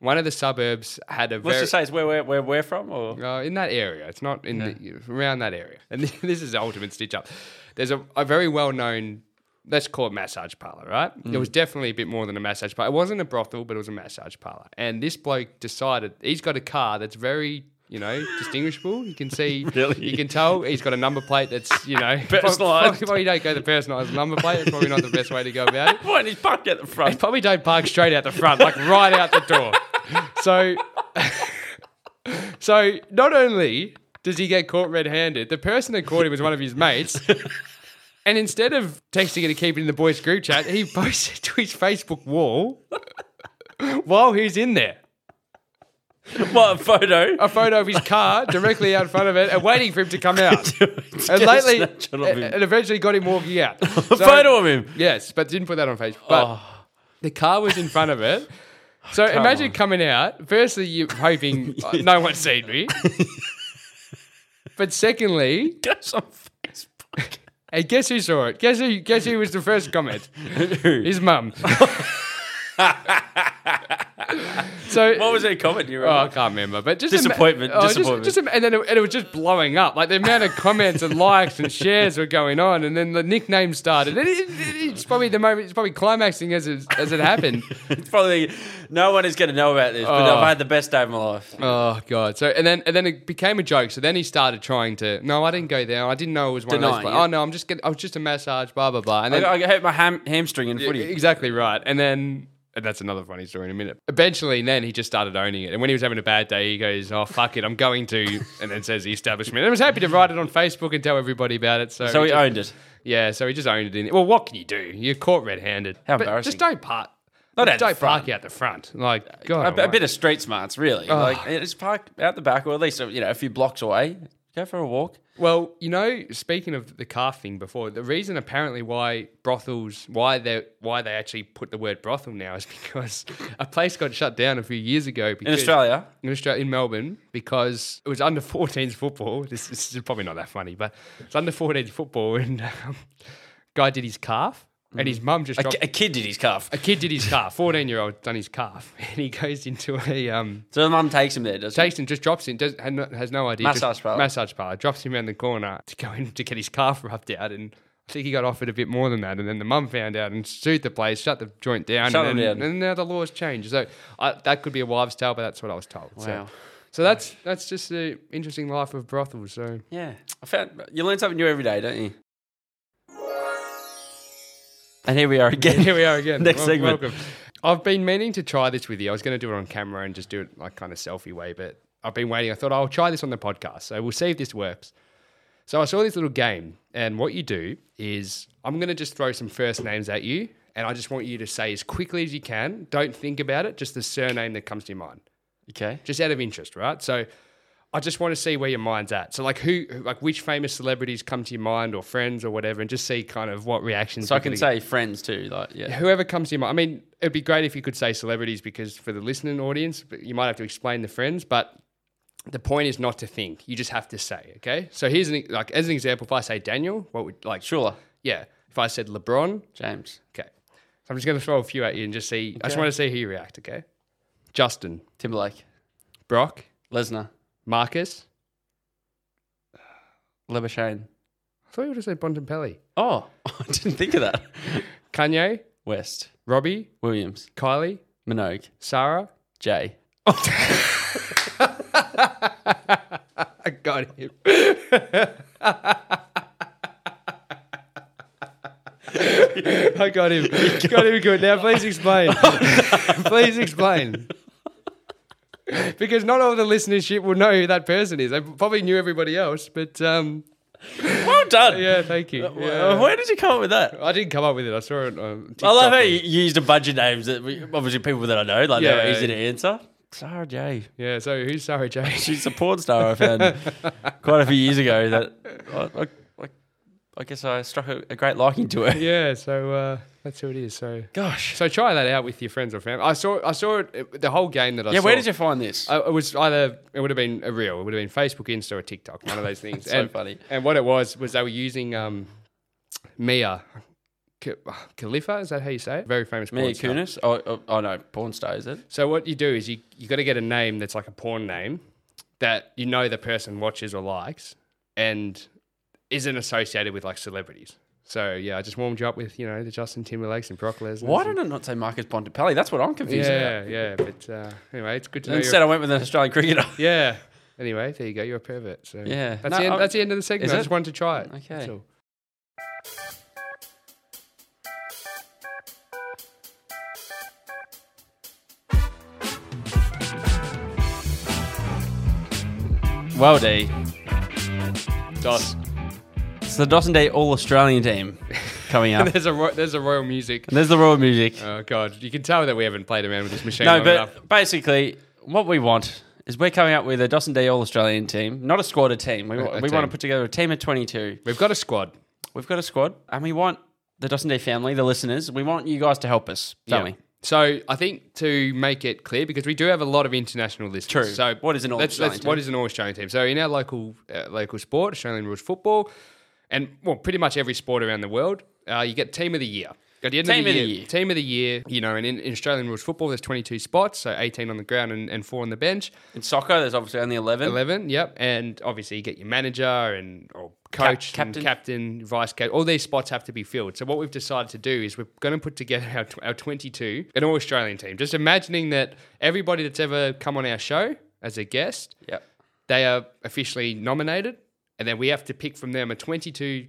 A: One of the suburbs had a
C: Let's
A: very
C: just say it's where we're, where we're from, or
A: Uh, in that area. It's not in the, around that area. And this is the ultimate stitch up. There's a, a very well known, let's call it massage parlor, right? It was definitely a bit more than a massage parlor. It wasn't a brothel, but it was a massage parlor. And this bloke decided he's got a car that's very. You know, distinguishable. You can see,
C: Really?
A: you can tell he's got a number plate that's, you know,
C: Personalised.
A: Probably, probably don't go the personalised number plate. It's probably not the best way to go about it.
C: when he's parked at the
A: They
C: front.
A: probably don't park straight out the front, like right out the door. So, so not only does he get caught red-handed, the person that caught him was one of his mates. And instead of texting it and keeping it in the boys' group chat, he posted to his Facebook wall while he's in there
C: what a photo?
A: a photo of his car directly out in front of it and waiting for him to come out.
C: and
A: And lately, uh,
C: a snapshot of him.
A: and eventually got him walking out. A
C: A photo of him.
A: Yes, but didn't put that on Facebook. But the car was in front of it. So imagine coming out. Firstly, you're hoping "Oh, no one's seen me. but secondly,
C: Goes on Facebook.
A: and guess who saw it? Guess who? Guess who was the first comment? His mum. so
C: what was their comment? You
A: Oh, I
C: remember?
A: can't remember, but just oh,
C: Disappointment,
A: just-
C: disappointment.
A: just- and then it, and it was just blowing up. Like the amount of comments and likes and shares were going on, and then the nickname started. And it- it- it's probably the moment. It's probably climaxing as it, as it happened.
C: It's probably no one is going to know about this, but
A: Oh.
C: I've had the best day of my life.
A: oh god! So and then and then it became a joke. So then he started trying to. No, I didn't go there. I didn't know it was one of
C: Denying
A: those.
C: it.
A: Pla- oh no, I'm just getting. I was just a massage. Blah blah blah. And
C: I,
A: then
C: I hurt my ham, hamstring in footy.
A: Exactly right. And then and that's another funny story in a minute. Eventually, then he just started owning it. And when he was having a bad day, he goes, "Oh fuck it, I'm going to," and then says the establishment. And I was happy to write it on Facebook and tell everybody about it. So,
C: so
A: he
C: he
A: just-
C: owned it.
A: yeah, so he just owned it. in Well, what can you do? You're caught red-handed.
C: How
A: But
C: embarrassing.
A: Just don't park.
C: Not out
A: just
C: the
A: don't
C: front. Uh,
A: park out the front. Like
C: A,
A: God,
C: a bit of street smarts, really. Like it's parked out the back, or at least you know a few blocks away. Go for a walk.
A: Well, you know, speaking of the car thing before, the reason apparently why brothels, why they why they actually put the word brothel now is because a place got shut down a few years ago
C: In
A: because,
C: Australia,
A: in Australia, in Melbourne, because it was under 14s football. This, this is probably not that funny, but it's under 14s football, and um, guy did his calf, and his mum just
C: a,
A: dropped.
C: ki- a kid did his calf.
A: a kid did his calf, 14 year old done his calf, and he goes into a um,
C: So the mum takes him there, does she?
A: takes him, just drops him, does, had no- has no idea.
C: Massage
A: just,
C: parlour.
A: Massage parlour. Drops him around the corner to go in to get his calf rubbed out. And I think he got offered a bit more than that. And then the mum found out and sued the place, shut the joint down.
C: Shut
A: and,
C: it
A: then,
C: down.
A: and now the law's changed. So I, that could be a wives' tale, but that's what I was told.
C: Wow.
A: So, so that's that's just the interesting life of brothels. So
C: Yeah, I found you learn something new every day, don't you? And here we are again.
A: here we are again.
C: Next
A: Wel-
C: segment.
A: Welcome. I've been meaning to try this with you. I was going to do it on camera and just do it like kind of selfie way, but I've been waiting. I thought "Oh, I'll try this on the podcast. So we'll see if this works. So I saw this little game, and what you do is I'm going to just throw some first names at you, and I just want you to say as quickly as you can. Don't think about it, just the surname that comes to your mind,
C: Okay.
A: just out of interest, right? So I just want to see where your mind's at. So like who, like which famous celebrities come to your mind, or friends, or whatever, and just see kind of what reactions.
C: So I
A: you're
C: can
A: gonna
C: say friends too, like yeah.
A: whoever comes to your mind. I mean, it'd be great if you could say celebrities because for the listening audience, you might have to explain the friends, but the point is not to think. You just have to say, okay? So here's an like as an example, if I say Daniel, what would like
C: Schuler,
A: yeah. If I said LeBron,
C: James,
A: okay. So I'm just gonna throw a few at you and just see I just want to see how you react, okay? Justin,
C: Timberlake,
A: Brock,
C: Lesnar,
A: Marcus.
C: Lebashane.
A: I thought you would have said Bontempelli.
C: Oh, I didn't think of that.
A: Kanye,
C: West,
A: Robbie,
C: Williams,
A: Kylie,
C: Minogue,
A: Sarah.
C: Jay.
A: I got him. I got him. Got Oh, him good. Now, please explain. please explain. Because not all the listenership will know who that person is. They probably knew everybody else, but um,
C: Well done.
A: yeah, thank you.
C: Uh,
A: Yeah.
C: Where did you come up with that?
A: I didn't come up with it. I saw it. On TikTok.
C: I love how you used a bunch of names that we, obviously people that I know, like
A: Yeah.
C: they're easy to answer. Sarah J.
A: Yeah. So who's Sarah Jane?
C: She's a porn star I found quite a few years ago that I, I, I, I guess I struck a, a great liking to her.
A: yeah. So uh, that's who it is. So
C: Gosh.
A: so try that out with your friends or family. I saw I saw it the whole game that I
C: Yeah,
A: saw.
C: where did you find this?
A: I- it was either it would have been a reel, it would have been Facebook, Insta, or TikTok, one of those things.
C: So
A: and,
C: funny.
A: And what it was was they were using um, Mia. K- Khalifa, is that how you say it? Very famous porn
C: Mia
A: star.
C: Kunis? Oh, oh, oh, no, porn star, is it?
A: So what you do is you you got to get a name that's like a porn name that you know the person watches or likes and isn't associated with like celebrities. So yeah, I just warmed you up with you know the Justin Timberlakes and Brock Lesnar.
C: Why did I not say Marcus Bontempelli? That's what I'm confused about.
A: Yeah, yeah. But uh, anyway, it's good to know.
C: Instead,
A: you're-
C: I went with an Australian cricketer.
A: yeah. Anyway, there you go. You're a pervert. So
C: Yeah.
A: that's
C: No,
A: the end,
C: I'm-
A: that's the end of the segment.
C: Is
A: I
C: it?
A: just wanted to try it.
C: Okay.
A: That's all.
C: Well, D,
A: Dos.
C: it's the Dawson Day All Australian team coming up.
A: there's a ro- there's a royal music.
C: And there's the royal music.
A: Oh god, you can tell that we haven't played around with this machine.
C: No,
A: long
C: but
A: enough.
C: basically, what we want is we're coming up with a Dawson Day All Australian team, not a squad, a team. We,
A: A- a
C: we want
A: team.
C: to put together a team of 22.
A: we've got a squad.
C: We've got a squad, and we want the Dawson Day family, the listeners, we want you guys to help us, don't
A: Yeah.
C: we?
A: So I think to make it clear, because we do have a lot of international listeners.
C: True.
A: So
C: What is an
A: let's-
C: All-Australian
A: let's-
C: team?
A: What is an All Australian team? So in our local uh, local sport, Australian rules football, and well, pretty much every sport around the world, uh, you get team of the year. At the end
C: Team
A: of, the,
C: of the
A: year,
C: year.
A: team of the year, you know, and in, in Australian rules football, there's 22 spots, so 18 on the ground and, and four on the bench,
C: In soccer, there's obviously only 11.
A: 11, yep, and obviously you get your manager and or coach, and
C: captain.
A: captain, vice captain. All these spots have to be filled. So what we've decided to do is we're going to put together our, tw- our 22, an all Australian team. Just imagining that everybody that's ever come on our show as a guest,
C: Yep.
A: they are officially nominated, and then we have to pick from them a 22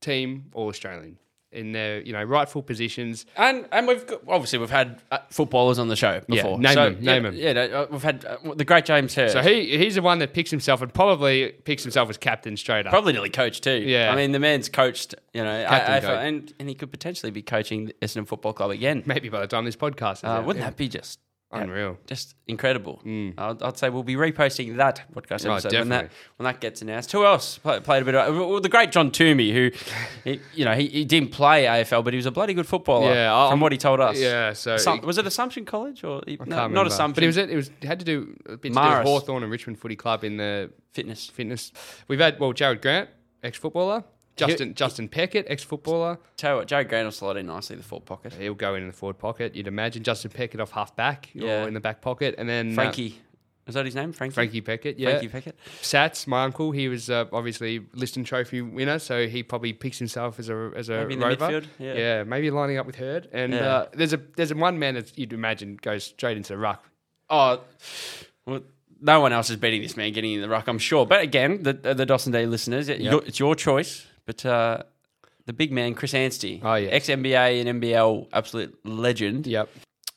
A: team all Australian in their you know rightful positions.
C: And and we've got, obviously we've had uh, footballers on the show before.
A: name
C: so,
A: them,
C: yeah,
A: name them.
C: Yeah, no, uh, we've had uh, the great James Hurd.
A: So he he's the one that picks himself and probably picks himself as captain straight up.
C: probably nearly coached too.
A: Yeah.
C: I mean the man's coached, you know,
A: Captain
C: AFL,
A: coach.
C: and and he could potentially be coaching the Essendon Football Club again.
A: Maybe by the time this podcast is
C: Uh,
A: out,
C: wouldn't
A: yeah.
C: that be just
A: unreal?
C: just incredible? I'd, I'd say we'll be reposting that podcast
A: Oh,
C: episode when that
A: Mm. definitely.
C: when that gets announced. Who else play, played a bit? Of, well, the great John Toomey, who he, you know he, he didn't play AFL, but he was a bloody good footballer.
A: Yeah,
C: from
A: I'm-
C: what he told us.
A: yeah, so-
C: Assump- was it Assumption College or e, no,
A: Can't remember.
C: not Assumption?
A: But it was it was it had to do a bit to do with
C: Maris.
A: Hawthorne and Richmond Footy Club in the
C: fitness.
A: fitness. We've had well Jared Grant, ex footballer, Justin
C: He-
A: Justin Peckett, ex footballer.
C: Tell you what, Joe Grant will slide in nicely the four pocket.
A: He'll go in the forward pocket. You'd imagine Justin Peckett off half back
C: Yeah.
A: or in the back pocket, and then uh,
C: Frankie, is that his name? Frankie.
A: Frankie Peckett, yeah.
C: Frankie Pickett.
A: Sats, my uncle, he was uh, obviously Liston Trophy winner, so he probably picks himself as a as a
C: Maybe in the
A: rover.
C: midfield, yeah.
A: maybe lining up with Hurd. And
C: Yeah.
A: uh, there's a there's a one man that you'd imagine goes straight into the ruck.
C: Oh, well, no one else is beating this man getting in the ruck, I'm sure. But again, the uh, the Dawson Day listeners, it- your, it's your choice. But uh, the big man, Chris Anstey,
A: Oh, yeah.
C: ex NBA and NBL absolute legend.
A: Yep.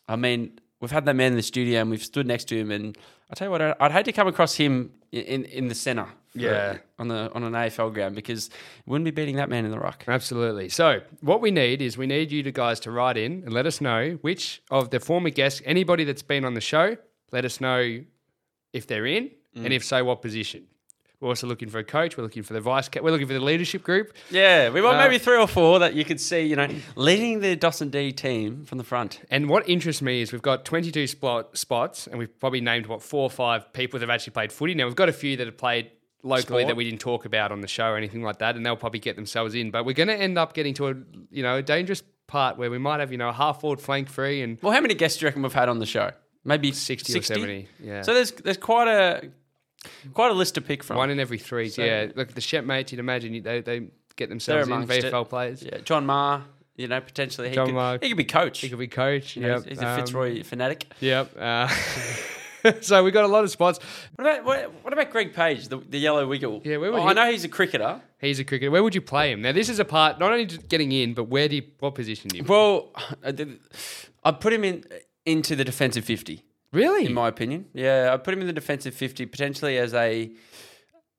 C: I mean, we've had that man in the studio and we've stood next to him. And I tell you what, I'd, I'd hate to come across him i- in in the center. for-
A: Yeah.
C: on the on an AFL ground because we wouldn't be beating that man in the ruck.
A: Absolutely. So, what we need is we need you to guys to write in and let us know which of the former guests, anybody that's been on the show, let us know if they're in and if so, what position. We're also looking for a coach. We're looking for the vice. ca- We're looking for the leadership group.
C: Yeah, we want
A: Uh,
C: maybe three or four that you could see, you know, leading the Dawson D team from the front.
A: And what interests me is we've got 22 spot, spots, and we've probably named what four or five people that have actually played footy. Now we've got a few that have played locally
C: Sport.
A: that we didn't talk about on the show or anything like that, and they'll probably get themselves in. But we're going to end up getting to a you know a dangerous part where we might have you know a half forward flank free and
C: Well, how many guests do you reckon we've had on the show? Maybe
A: 60 or 70, yeah.
C: So there's there's quite a quite a list to pick from.
A: One in every three. yeah, look, the Shep mates, you'd imagine you- they, they get
C: They're
A: themselves in
C: amongst it.
A: VFL players.
C: Yeah, John Maher, you know, potentially he
A: John
C: could
A: Maher.
C: he could be coach.
A: He could be coach.
C: You know,
A: yep.
C: he's, he's a
A: um,
C: Fitzroy fanatic.
A: Yep. Uh, so we got a lot of spots.
C: What about what, what about Greg Page, the, the yellow wiggle?
A: Yeah, where would
C: oh,
A: he-
C: I know he's a cricketer.
A: He's a cricketer. Where would you play him? Now, this is a part, not only just getting in, but where do you, what position do you
C: Well, I, did, I put him in into the defensive fifty.
A: Really?
C: in my opinion. Yeah, I put him in the defensive 50 potentially as a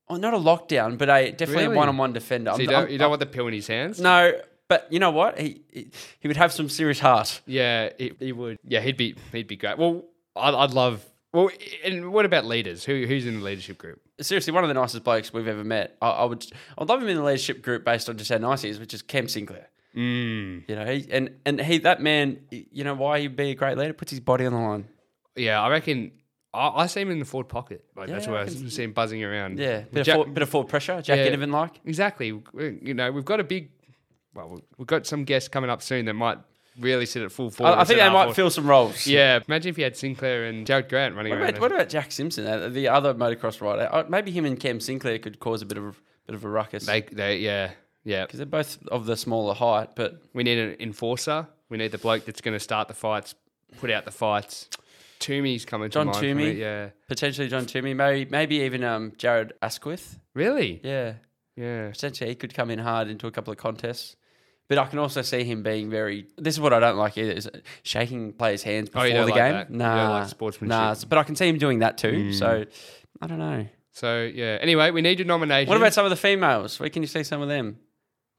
C: oh, not a lockdown, but a definitely
A: Really?
C: a one-on-one defender.
A: so you
C: I'm-
A: don't,
C: I'm-
A: you don't want the pill in his hands?
C: no, but you know what? He, he he would have some serious heart.
A: Yeah, he, he would. Yeah, he'd be he'd be great. Well, I'd, I'd love. Well, and what about leaders? Who who's in the leadership group?
C: Seriously, one of the nicest blokes we've ever met. I, I would I'd love him in the leadership group based on just how nice he is, which is Cam Sinclair.
A: Mm.
C: You know, he, and and he that man, you know why he'd be a great leader? Puts his body on the line.
A: Yeah, I reckon. I, I see him in the forward pocket. Like, that's
C: Yeah,
A: where
C: I
A: I
C: can-
A: see him buzzing around.
C: Yeah, bit
A: Jack-
C: of forward, bit of forward pressure. Jack
A: Yeah.
C: Inovan like.
A: Exactly. We- You know, we've got a big well, we- we've got some guests coming up soon that might really sit at full force.
C: I, I think
A: at
C: they
A: half
C: might
A: forward.
C: fill some roles.
A: Yeah, imagine if you had Sinclair and Jared Grant running
C: What
A: around.
C: about, what about Jack Simpson, uh, the other motocross rider? Uh, Maybe him and Cam Sinclair could cause a bit of a, bit of a ruckus
A: they,
C: because
A: they, yeah, yeah.
C: they're both of the smaller height. But
A: We need an enforcer. We need the bloke that's going to start the fights, put out the fights. Toomey's coming.
C: John
A: to mind for me,
C: Toomey?
A: Yeah.
C: potentially John Toomey, maybe maybe even um, Jared Asquith.
A: Really?
C: Yeah,
A: Yeah.
C: potentially he could come in hard into a couple of contests. But I can also see him being very. This is what I don't like either: is shaking players' hands
A: Oh,
C: before
A: you
C: the
A: don't like
C: game.
A: that. You
C: Nah,
A: don't like sportsmanship.
C: Nah, but I can see him doing that too. So I don't know.
A: So yeah. Anyway, we need your nomination.
C: What about some of the females? Where can you see some of them?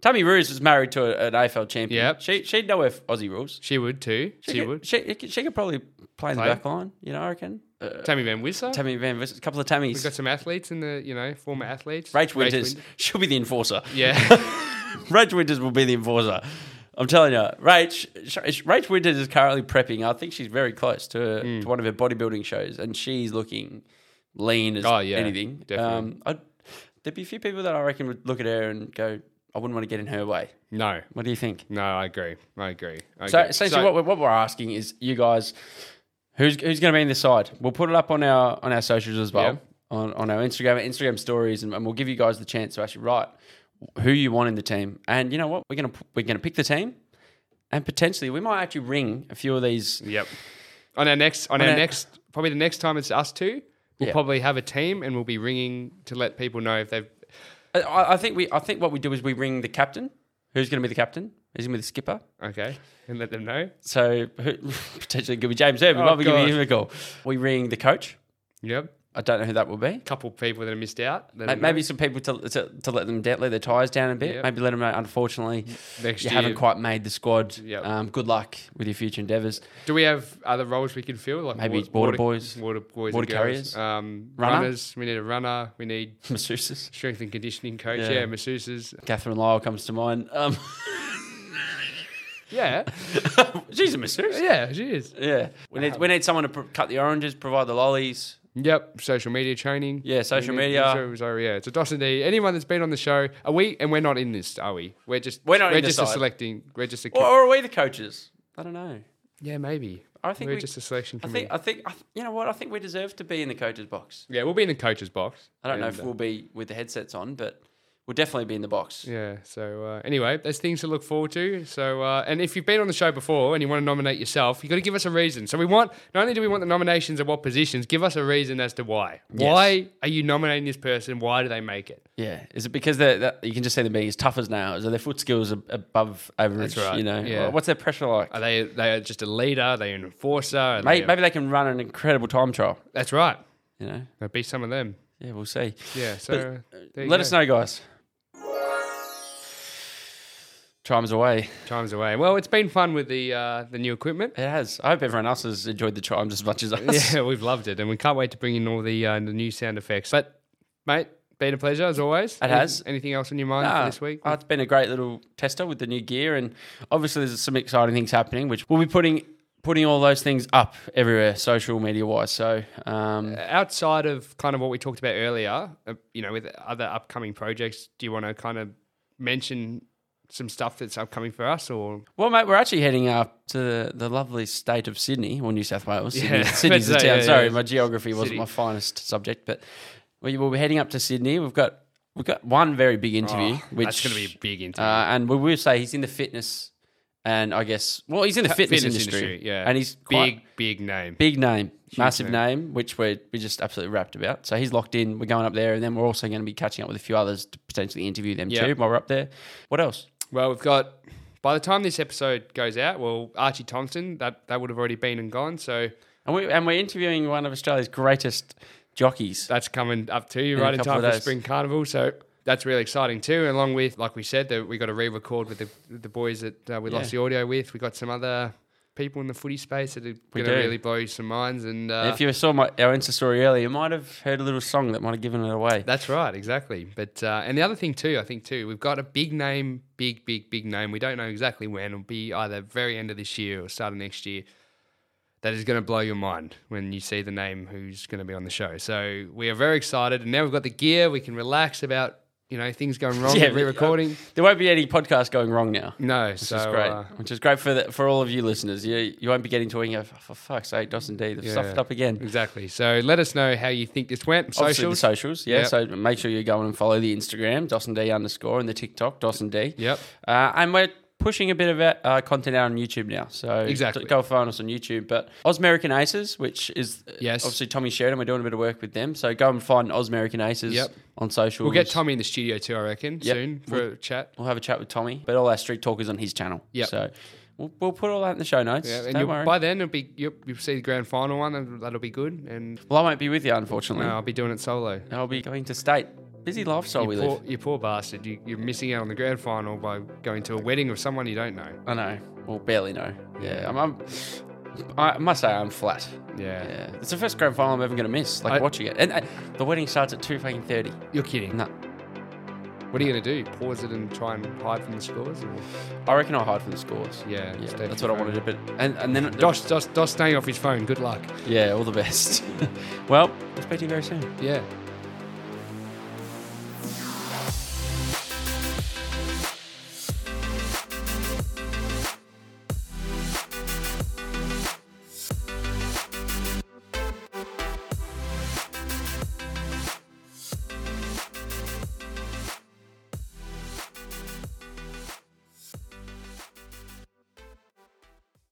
C: Tammy Ruse was married to a- an AFL champion.
A: Yep.
C: She she'd know if Aussie rules.
A: She would too. She,
C: could,
A: would.
C: She, she could probably play in the
A: Play?
C: back line, you know, I reckon. Uh,
A: Tammy Van Wisser.
C: Tammy Van Vis, a couple of
A: We've
C: Tammys.
A: got some athletes in the, you know, former athletes.
C: Rach
A: Winters.
C: Winters. She'll be the enforcer.
A: Yeah.
C: Rach Winters will be the enforcer. I'm telling you, Rach, sh- Rach Winters is currently prepping. I think she's very close to,
A: Hmm.
C: to one of her bodybuilding shows, and she's looking lean as
A: Oh, yeah,
C: anything.
A: definitely.
C: Um, I'd, there'd be a few people that I reckon would look at her and go, I wouldn't want to get in her way.
A: no.
C: What do you think?
A: No, I agree. I agree. I
C: So
A: agree.
C: essentially, what, we're, what we're asking is, you guys, who's who's going to be in the side? We'll put it up on our on our socials as well,
A: Yeah.
C: on, on our Instagram, Instagram stories, and, and we'll give you guys the chance to actually write who you want in the team. And you know what, we're gonna p- we're gonna pick the team, and potentially we might actually ring a few of these.
A: Yep. On our next, on,
C: On
A: our
C: our-
A: next, probably the next time it's us two, we'll
C: Yeah.
A: probably have a team and we'll be ringing to let people know if they've.
C: I- I, I think we I think what we do is we ring the captain. Who's going to be the captain? Who's going to be the skipper?
A: Okay, and let them know.
C: So who, potentially it could be James Irvin.
A: Oh,
C: might be giving
A: God.
C: him a call. We ring the coach.
A: Yep.
C: I don't know who that will be.
A: Couple people that have missed out. let
C: May-
A: them know.
C: Maybe some people to, to, to let them down, let their tires down a bit.
A: Yep.
C: Maybe let them know. Unfortunately,
A: next
C: you
A: year.
C: haven't quite made the squad.
A: Yep.
C: Um, good luck with your future endeavors.
A: Do we have other roles we can fill? Like
C: Maybe
A: wa-
C: water boys,
A: water boys,
C: water
A: and girls,
C: carriers,
A: um,
C: runner.
A: runners. We need a runner. We need
C: Masseuses.
A: strength and conditioning coach.
C: Yeah.
A: Yeah, masseuses.
C: Catherine Lyle comes to mind. Um,
A: Yeah,
C: she's a masseuse.
A: yeah, she is.
C: Yeah. We need, we need someone to pr- cut the oranges, provide the lollies.
A: Yep, social media training.
C: Yeah, social
A: We need-
C: media.
A: So, so, yeah, it's a Dawson D. Anyone that's been on the show, are we? And we're not in this, are we? We're just
C: We're not
A: We're
C: in the
A: just
C: side.
A: a selecting. We're just a.
C: Or, or are we the coaches? I don't know.
A: yeah, maybe.
C: I think
A: we're
C: we-
A: just a selection
C: I
A: committee.
C: think, I think, I th- you know what? I think we deserve to be in the coaches box.
A: yeah, we'll be in the coaches box.
C: I don't know
A: And,
C: if
A: uh,
C: we'll be with the headsets on, but we'll definitely be in the box.
A: Yeah. So uh, anyway, there's things to look forward to. So uh, and if you've been on the show before and you want to nominate yourself, you've got to give us a reason. So we want not only do we want the nominations of what positions, give us a reason as to why.
C: Yes.
A: Why are you nominating this person? Why do they make it?
C: Yeah, is it because they're, that you can just see them being as tough as nails? Are their foot skills ab- above average?
A: right,
C: You know,
A: yeah.
C: what's their pressure like?
A: Are they they are just a leader? Are they an enforcer? Are
C: Maybe,
A: they a-
C: maybe they can run an incredible time trial.
A: that's right.
C: You know,
A: There'll be some of them.
C: yeah, we'll see.
A: Yeah. So uh, there you
C: Let
A: go.
C: us know, guys. Time's away.
A: Time's away. Well, it's been fun with the uh, the new equipment.
C: It has. I hope everyone else has enjoyed the chimes as much as us.
A: Yeah, we've loved it, and we can't wait to bring in all the uh, the new sound effects. But mate, been a pleasure as always. It
C: has.
A: Anything else on your mind
C: Ah,
A: for this week?
C: ah, it's been a great little tester with the new gear, and obviously there's some exciting things happening, which we'll be putting putting all those things up everywhere, social media wise. So um,
A: Outside of kind of what we talked about earlier, uh, you know, with other upcoming projects, do you want to kind of mention some stuff that's upcoming for us, or
C: Well, mate, we're actually heading up to the, the lovely state of Sydney, or New South Wales. Sydney,
A: Yeah,
C: Sydney's the
A: that's it,
C: town.
A: yeah,
C: Sorry,
A: yeah.
C: my geography wasn't
A: City.
C: my finest subject, but we, we're heading up to Sydney. We've got we've got one very big interview,
A: Oh,
C: which
A: that's going to be a big
C: uh,
A: interview.
C: and we will say he's in the fitness, and I guess well, he's in the fitness, industry,
A: yeah,
C: and he's quite
A: big, big name.
C: big name, massive
A: name.
C: name, which we're we just absolutely wrapped about. So he's locked in. We're going up there, and then we're also going to be catching up with a few others to potentially interview them
A: Yeah.
C: too while we're up there. What else?
A: Well, we've got. By the time this episode goes out, well, Archie Thompson that that would have already been and gone. So
C: And, we, and we're interviewing one of Australia's greatest jockeys.
A: that's coming up to you
C: a
A: right in
C: couple
A: time
C: of
A: for the
C: days.
A: spring carnival. So that's really exciting too. Along with, like we said, that we got to re-record with the the boys that uh, we lost the audio with. We got some other people in the footy space that are going to
C: do.
A: really blow some minds. And uh,
C: if you saw my, our Insta story earlier, you might have heard a little song that might have given it away.
A: that's right, exactly. But uh, and the other thing too, I think too, we've got a big name, big, big, big name. We don't know exactly when. It'll be either very end of this year or start of next year. That is going to blow your mind when you see the name who's going to be on the show. So we are very excited, and now we've got the gear. We can relax about you know, things going wrong,
C: Yeah,
A: with re-recording.
C: There won't be any podcast going wrong now.
A: No,
C: Which
A: so
C: is great.
A: uh,
C: which is great for the, for all of you listeners. You you won't be getting to it and go, for fuck's sake, Dawson D, they've stuffed
A: Yeah.
C: up again.
A: exactly. So let us know how you think this went.
C: Obviously the
A: Socials.
C: socials, yeah.
A: Yep.
C: So make sure you go and follow the Instagram, Dawson D underscore, and the TikTok, Dawson D.
A: Yep.
C: Uh, and we're pushing a bit of uh, content out on YouTube now. So
A: Exactly.
C: d- go find us on YouTube. But Oz American Aces, which is uh,
A: Yes.
C: obviously Tommy Sheridan, we're doing a bit of work with them. So go and find Oz American Aces
A: Yep.
C: on socials.
A: We'll get Tommy in the studio too, I reckon,
C: Yep.
A: soon for a chat.
C: We'll have a chat with Tommy, but all our street talk is on his channel.
A: Yep.
C: So we'll, we'll put all that in the show notes.
A: Yeah, and
C: Don't
A: you'll,
C: worry.
A: by then it'll be you'll, you'll see the grand final one, and that'll be good. And
C: well, I won't be with you, unfortunately.
A: no, I'll be doing it solo.
C: I'll be going to state. Busy lifestyle we
A: you, poor,
C: live.
A: you poor bastard. You, you're missing out on the grand final by going to a wedding of someone you don't know.
C: I know. Well, barely know. Yeah. I'm, I'm, I must say, I'm flat.
A: Yeah.
C: Yeah. It's the first grand final I'm ever going to miss. Like
A: I-
C: watching it, and uh, the wedding starts at two fucking thirty.
A: You're kidding.
C: No,
A: What are you going to do? Pause it and try and hide from the scores? Or?
C: I reckon I'll hide from the scores.
A: Yeah,
C: yeah
A: stay
C: that's
A: from
C: what I
A: the
C: wanted to. But and and then
A: Dosh, Dosh, Dosh staying off his phone. Good luck.
C: Yeah, all the best. well, I'll speak to you very soon.
A: Yeah.